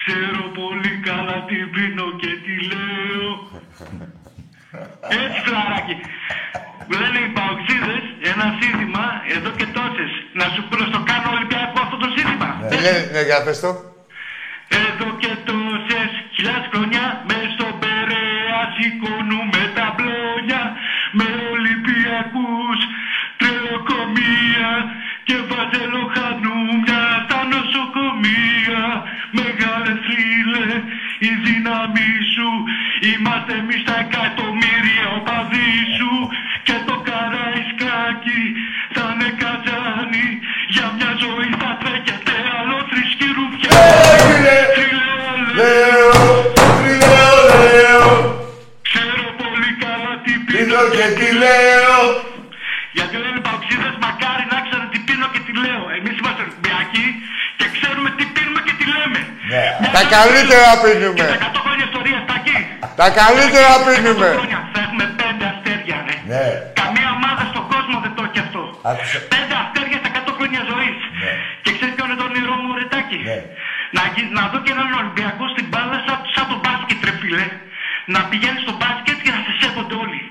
Ξέρω πολύ καλά τι πίνω και τι λέω. Έτσι, φλαράκι. Λένε οι παοξίδες ένα σύνθημα εδώ και τόσες. Να σου προ το κάνω Ολυμπιακό αυτό το σύνθημα.
Τι λέει, ναι, για πες το.
Εδώ και τόσες χιλιάς χρονιά μες στον Περέα σηκώνουμε τα μπλόνια με Ολυμπιακούς τρελοκομεία και βαζελοχανούμια στα νοσοκομεία μεγάλε θρύλε η δύναμή σου είμαστε εμείς τα εκατομμύρια οπαδί σου και το καρά Ναι.
τι λέω.
Γιατί δεν είναι παοξίδες, μακάρι να ξέρω τι πίνω και τι λέω. Εμείς είμαστε Ολυμπιακοί και ξέρουμε τι πίνουμε και τι λέμε.
Ναι.
Μια
Τα
ζωή
καλύτερα
Και τα
πίνουμε.
100 χρόνια ιστορία, τα εκεί.
Τα καλύτερα
100
πίνουμε.
χρόνια θα έχουμε πέντε αστέρια, ρε.
Ναι.
Καμία ομάδα στον κόσμο δεν το έχει αυτό.
Άκουσα.
Πέντε αστέρια στα 100 χρόνια ζωής.
Ναι.
Και ξέρεις ποιο είναι το όνειρό μου, Ρετάκι.
Ναι.
Να, γι- να δω και έναν Ολυμπιακό στην μπάλα σαν, σαν τον μπάσκετ, ρε φίλε. Να πηγαίνεις στο μπάσκετ και να σε σέβονται όλοι.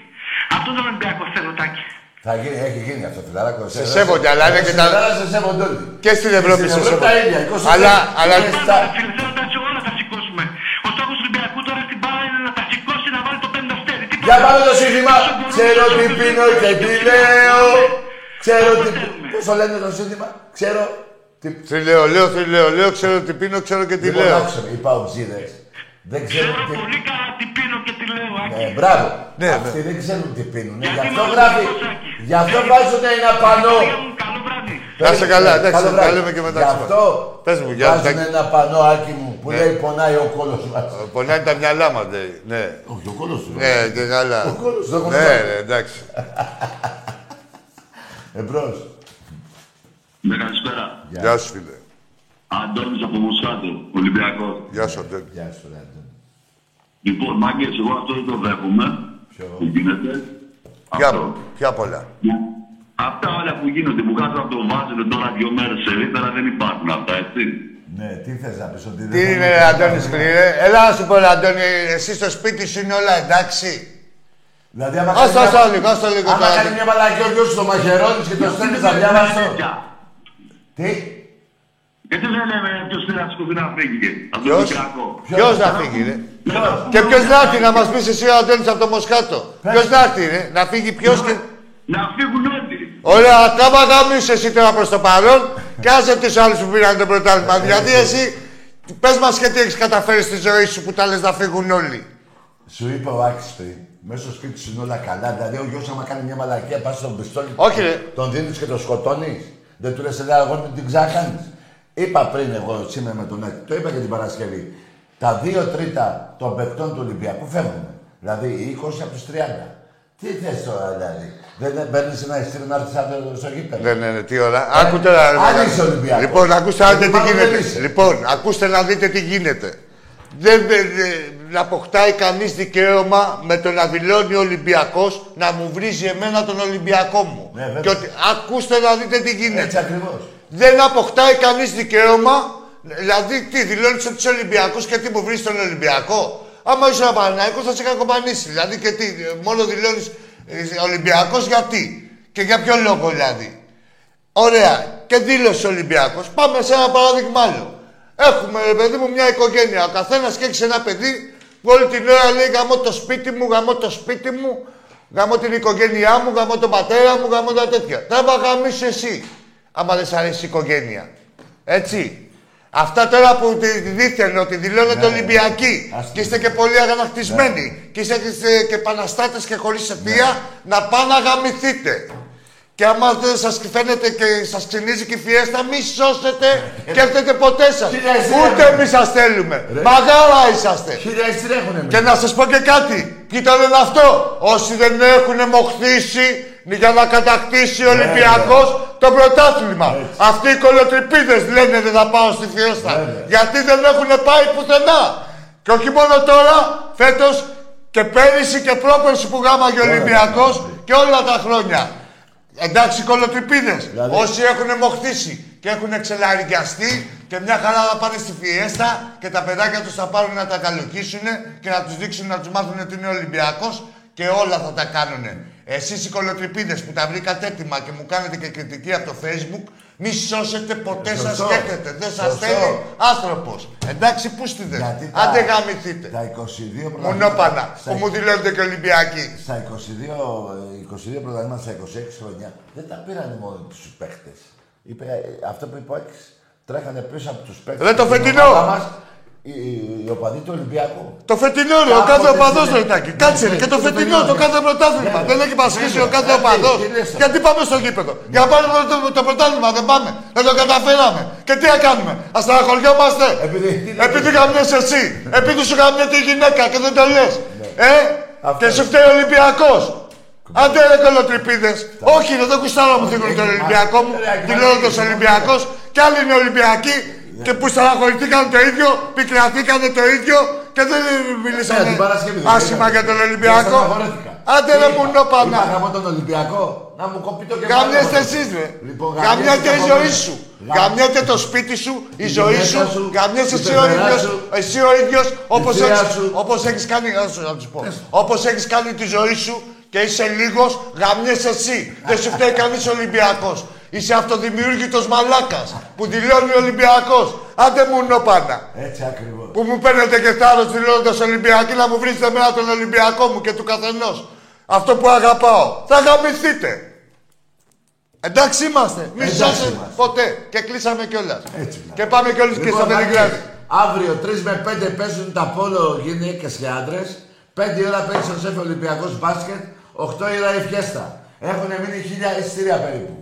Αυτό τον Ολυμπιακό θέλω, Τάκη.
Θα γίνει, έχει γίνει αυτό, φιλαράκο. Σε
σέβονται, αλλά είναι και τα-
Ελλάδα σε σέβονται όλοι.
Και στην Ευρώπη σε
Ευρώπη
σέβονται.
τα ίδια. Ναι. 20
Αλλά-
λεπτά.
αλλά-
Είναι
Πάντα, ρε
στα-
φίλε, θέλω να σε όλα τα σηκώσουμε. Ο στόχο του Ολυμπιακού τώρα στην μπάλα είναι να τα σηκώσει να βάλει το πέμπτο αστέρι. Τίποτα
Για πάμε το
άλλο.
σύνθημα.
Όσο μπορούμε,
Ξέρω
όσο
τι
μπορούμε,
πίνω
όσο
και τι
μπορούμε.
λέω. Ξέρω τι.
θέλουμε.
Πώς το λένε το σύνθημα. Ξέρω τι.
Τι λέω, λέω, τι λέω, λέω, ξέρω τι πίνω, ξέρω και τι
Λοιπόν,
λέω.
άκουσα με, οι παουτζίδε. Δεν ξέρουν
Ξέρω
τι.
πολύ καλά τι πίνω και τι λέω, Άκη.
Ναι, μπράβο.
Ναι,
Αυτοί δεν ξέρουν τι πίνουν. Γι' αυτό
είμαστε
γράφει.
κοσάκι.
Γι' αυτό βάζουν ένα
Παιδιά
πανό.
μου, Καλό βράδυ.
Να είστε καλά, εντάξει,
Καλό
τα
βράδυ.
λέμε και μετά
Γι'
ξυπνάμε.
αυτό
Πες μου, για- Ναι.
βάζουν
τα-
ένα πανό, Άκη μου, που λέει πονάει ο κόλος μας.
Πονάνε τα μυαλά μας, λέει. Ναι,
Όχι, ο κόλος του.
ναι, και καλά.
Ο κόλος, δεν έχω
Ναι,
νόημα.
ναι, εντάξει.
ε, Εμπρός.
Ναι, καλησπέρα.
Γεια.
Γεια σου, φίλε.
Αντώνης από Μοσχάτο, Ολυμπιακός.
Γεια σου, Αντώνη.
Γεια σου, ρε Αντώνη.
Λοιπόν, μάγκες, εγώ αυτό δεν το δέχομαι. Που γίνεται.
Ποια,
Αυτό.
ποια πολλά.
Ναι,
Αυτά όλα που γίνονται, που κάτω από το βάζουν τώρα δύο μέρες ελεύθερα δεν υπάρχουν αυτά, έτσι.
Ναι, τι θες να πεις, ότι δεν...
Τι
θα-
είναι, ρε, Αντώνη, σκληρέ. Έλα να σου πω, ρε, Αντώνη, εσύ στο σπίτι σου είναι όλα εντάξει.
Δηλαδή, άμα
Ας το,
κάνει
ας το
μια-
λίγο, ας το λίγο
Άμα
τώρα.
κάνει μια μαλακή ο γιος σου το μαχαιρώνεις και το στέλνεις θα διάβαστο. Τι,
Γιατί Ε, δεν λέμε ποιος πήρε να σκοπεί να φύγει από τον
Ποιος?
Ολυμπιακό.
Ποιος να φύγει, ρε.
ποιος.
Και ποιος να έρθει να μας πεις εσύ ο Αντώνης από το Μοσχάτο. Ποιος να έρθει, ρε. Να φύγει ποιος και...
Να φύγουν όλοι.
Ωραία, κάμα γαμίσου εσύ τώρα προς το παρόν και άσε τους άλλους που πήραν το πρωτάθλημα. Δηλαδή εσύ, πες μας και τι έχεις καταφέρει στη ζωή σου που τα λες να φύγουν όλοι.
Σου είπε ο Άκης πριν, μέσα στο σπίτι σου είναι όλα καλά. Δηλαδή, ο γιος άμα κάνει μια μαλακία, πας στον πιστόλι,
Όχι, ρε.
τον δίνεις και τον σκοτώνεις. Δεν του λες, ελά, εγώ την ξάχανεις. Είπα πριν εγώ σήμερα με τον Άκη, το είπα και την Παρασκευή, τα δύο τρίτα των παιχτών του Ολυμπιακού φεύγουν. Δηλαδή, οι 20 από τους 30. Τι θες τώρα, δηλαδή. Δεν παίρνεις ένα ειστήριο να έρθεις αύριο στο γήπεδο.
Ναι, ναι, ναι, τι ώρα. Άκου τώρα. ρε,
αν
μεγάλε.
είσαι Ολυμπιακός.
Λοιπόν, ακούστε να δείτε τι
Μάλλον δεν
γίνεται.
είσαι.
Λοιπόν, ακούστε να δείτε τι γίνεται. Δεν, δεν- δεν- αποκτάει κανείς δικαίωμα με το να δηλώνει ο Ολυμπιακός να μου βρίζει εμένα τον Ολυμπιακό μου.
Ναι, βέβαια.
και ότι, ακούστε να δείτε τι γίνεται.
Έτσι ακριβώς.
Δεν αποκτάει κανείς δικαίωμα. Δηλαδή, τι, δηλώνεις ότι είσαι Ολυμπιακός και τι μου βρει τον Ολυμπιακό. Άμα είσαι Παναναϊκό, θα σε κακοπανίσει. Δηλαδή, και τι, ε, μόνο δηλώνεις Ολυμπιακός γιατί. Και για ποιο λόγο δηλαδή. Ωραία. Και δήλωσε Ολυμπιακός. Πάμε σε ένα παράδειγμα άλλο. Έχουμε, ρε παιδί μου, μια οικογένεια. Ο καθένας και έχεις ένα παιδί που όλη την ώρα λέει γαμώ το σπίτι μου, γαμώ το σπίτι μου, γαμώ την οικογένειά μου, γαμώ τον πατέρα μου, γαμώ τα τέτοια. Τα άμα γαμίσου εσύ, άμα δεν σ' αρέσει η οικογένεια. Έτσι. Αυτά τώρα που τη- δίθεν ότι δηλώνετε
Ναι, ναι.
Ολυμπιακοί
Ας Ναι.
και είστε και πολύ αγανακτισμένοι και είστε και- και επαναστάτες και χωρίς αιτία, να πάνε να γαμηθείτε. Και άμα δεν σας φαίνεται και σας ξυνίζει και η φιέστα, μη σώσετε και έρθετε ποτέ σας.
Τι λες, ρε,
Ούτε
ρε.
εμείς σας θέλουμε. Μαγάλα είσαστε.
Χίλια ειστήρια έχουν εμείς.
Και να σας πω και κάτι. Ποιοι το λένε αυτό. Όσοι δεν έχουν μοχθήσει για να κατακτήσει ο Ολυμπιακό το πρωτάθλημα. Αυτοί οι κολοτριπίδε λένε δεν θα πάω στη φιέστα.
Βέβαια.
Γιατί δεν έχουν πάει πουθενά. Και όχι μόνο τώρα, φέτος και πέρυσι και πρόπερσι που γάμαγε ο Ολυμπιακό και όλα τα χρόνια. Εντάξει, κολοτριπίδες.
Δηλαδή-
Όσοι έχουν μοχθήσει και έχουν ξελαρικιαστεί και μια χαρά θα πάνε στη φιέστα και τα παιδάκια τους θα πάρουν να τα καλοκίσουν και να τους δείξουν να τους μάθουν ότι είναι Ολυμπιακός και όλα θα τα κάνουν. Εσείς οι κολοτριπίδες που τα βρήκατε έτοιμα και μου κάνετε και κριτική από το Facebook, μη σώσετε ποτέ σα
Ε, Σωστό.
σκέφτεται. Δεν σας
Σωστό.
θέλει άνθρωπος. Εντάξει, πούστιδε.
Γιατί τα-
Άντε γαμηθείτε.
Τα 22
Μονόπανα
Στα-
που μου δηλώνετε και Ολυμπιακοί.
Στα 22, ε, 22 πρωταθλήματα στα 26 χρόνια δεν τα πήραν μόνο του παίχτε. Είπε, ε, αυτό που είπε ο Άκης, τρέχανε πίσω από τους παίχτε.
Ρε, το φετινό.
Οι, οι οπαδοί του Ολυμπιακού.
Το φετινό ρε, ο
Κάποτε
κάθε οπαδός
στην-
ρε Τάκη. Κάτσε ρε, και το
Ναι,
φετινό, το
ναι.
κάθε πρωτάθλημα.
Ναι,
Δεν
ναι.
έχει πασχίσει ο
Βέβαια.
κάθε
Ε, τι-
οπαδό.
τι λες τώρα.
Γιατί πάμε στο γήπεδο. Για να πάρουμε το- το πρωτάθλημα, δεν πάμε. Δεν το καταφέραμε. Και τι να κάνουμε. Ας στεναχωριόμαστε.
Επειδή- τι λέτε.
Επειδή γαμιέσαι εσύ. Επειδή σου γαμιέται η γυναίκα και δεν το λες. Ε,
Αυτό
και
Ναι.
σου
είναι.
φταίει ο Ολυμπιακός. Άντε ρε κολοτρυπίδες. Όχι, ρε, δεν κουστάρω μου την
Ε,
τον Ολυμπιακό μου.
Ρε,
Την
ρε,
Ολυμπιακός
ρε,
Ολυμπιακός. Κι άλλοι είναι Ολυμπιακοί. Και που στεναχωρηθήκαν το ίδιο, πικραθήκαν το ίδιο και δεν
Ναι,
μιλήσανε
την Παρασκευή δεν
άσχημα
μιλήσανε.
για τον
Δεν
Ολυμπιακό.
στεναχωρέθηκα.
Άντε
Τι
ρε
είπα,
μου νόπανα.
Είπα γαμώ τον Ολυμπιακό. Να μου κοπεί το κεφάλι.
Γαμιέστε εσείς ρε.
Λοιπόν,
Γαμιέται η
γαμιέστε
ζωή
τα
σου.
πόδια. Γα-
Γαμιέται το σπίτι σου, η ζωή
γυναίκα
σου.
σου,
Γαμιέσαι
η
εσύ ο
πεθερά
ίδιος,
σου,
εσύ ο ίδιος, όπως
θεία
έχεις,
σου.
όπως έχεις κάνει, να σου- να τους πω, όπως έχεις κάνει τη ζωή σου και είσαι λίγος, γαμιέσαι εσύ. Δεν σου φταίει κανείς Ολυμπιακός. Είσαι αυτοδημιούργητος μαλάκας που δηλώνει Ολυμπιακός. Άντε μου νοπάνα.
Έτσι ακριβώς.
Που μου παίρνετε και θάρρο δηλώνοντας Ολυμπιακή να μου βρίσκετε εμένα τον Ολυμπιακό μου και του καθενός. Αυτό που αγαπάω. Θα γαμηθείτε. Εντάξει είμαστε. Μη
Εντάξει
σώσετε
είμαστε.
ποτέ. Και κλείσαμε κιόλας.
Έτσι, μπράβο.
Και πάμε κιόλα και στο Βελιγράδι.
Μαγκές, Λοιπόν, Αύριο 3 με 5 παίζουν τα πόλο γυναίκες και άντρες. 5 ώρα παίζει ο Σεφ Ολυμπιακός μπάσκετ. 8 ώρα η φιέστα. Έχουν μείνει 1000 εισιτήρια περίπου.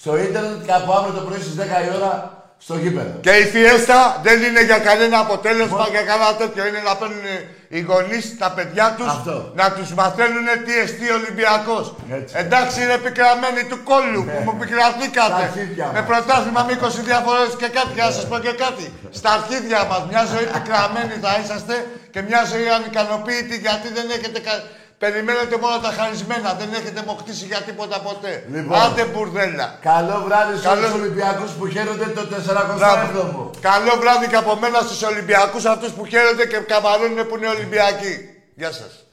Στο ίντερνετ και από αύριο το πρωί στις 10 η ώρα στο γήπεδο.
Και η φιέστα δεν είναι για κανένα αποτέλεσμα, για κανένα τέτοιο. Είναι να παίρνουν οι γονείς τα παιδιά τους
Αυτό.
να τους μαθαίνουν τι εστί Ολυμπιακός.
Έτσι. Ναι.
Εντάξει, είναι πικραμένοι του κόλλου που μου πικραθήκατε.
Στα αρχίδια
Με
μας.
πρωτάθλημα με 20 διαφορές και κάτι. Να σας πω και κάτι. Στα αρχίδια μας, μια ζωή πικραμένη θα είσαστε και μια ζωή ανικανοποίητη γιατί δεν έχετε. κα- Περιμένετε μόνο τα χαρισμένα, δεν έχετε μοχτήσει για τίποτα ποτέ.
Λοιπόν.
Άντε μπουρδέλα.
Καλό βράδυ στους
Καλό-
Καλό... Ολυμπιακούς που χαίρονται το
Μπράβο.
47ο.
Καλό βράδυ και από μένα στους Ολυμπιακούς αυτούς που χαίρονται και καμαρώνουν που είναι Ολυμπιακοί. Γεια σας.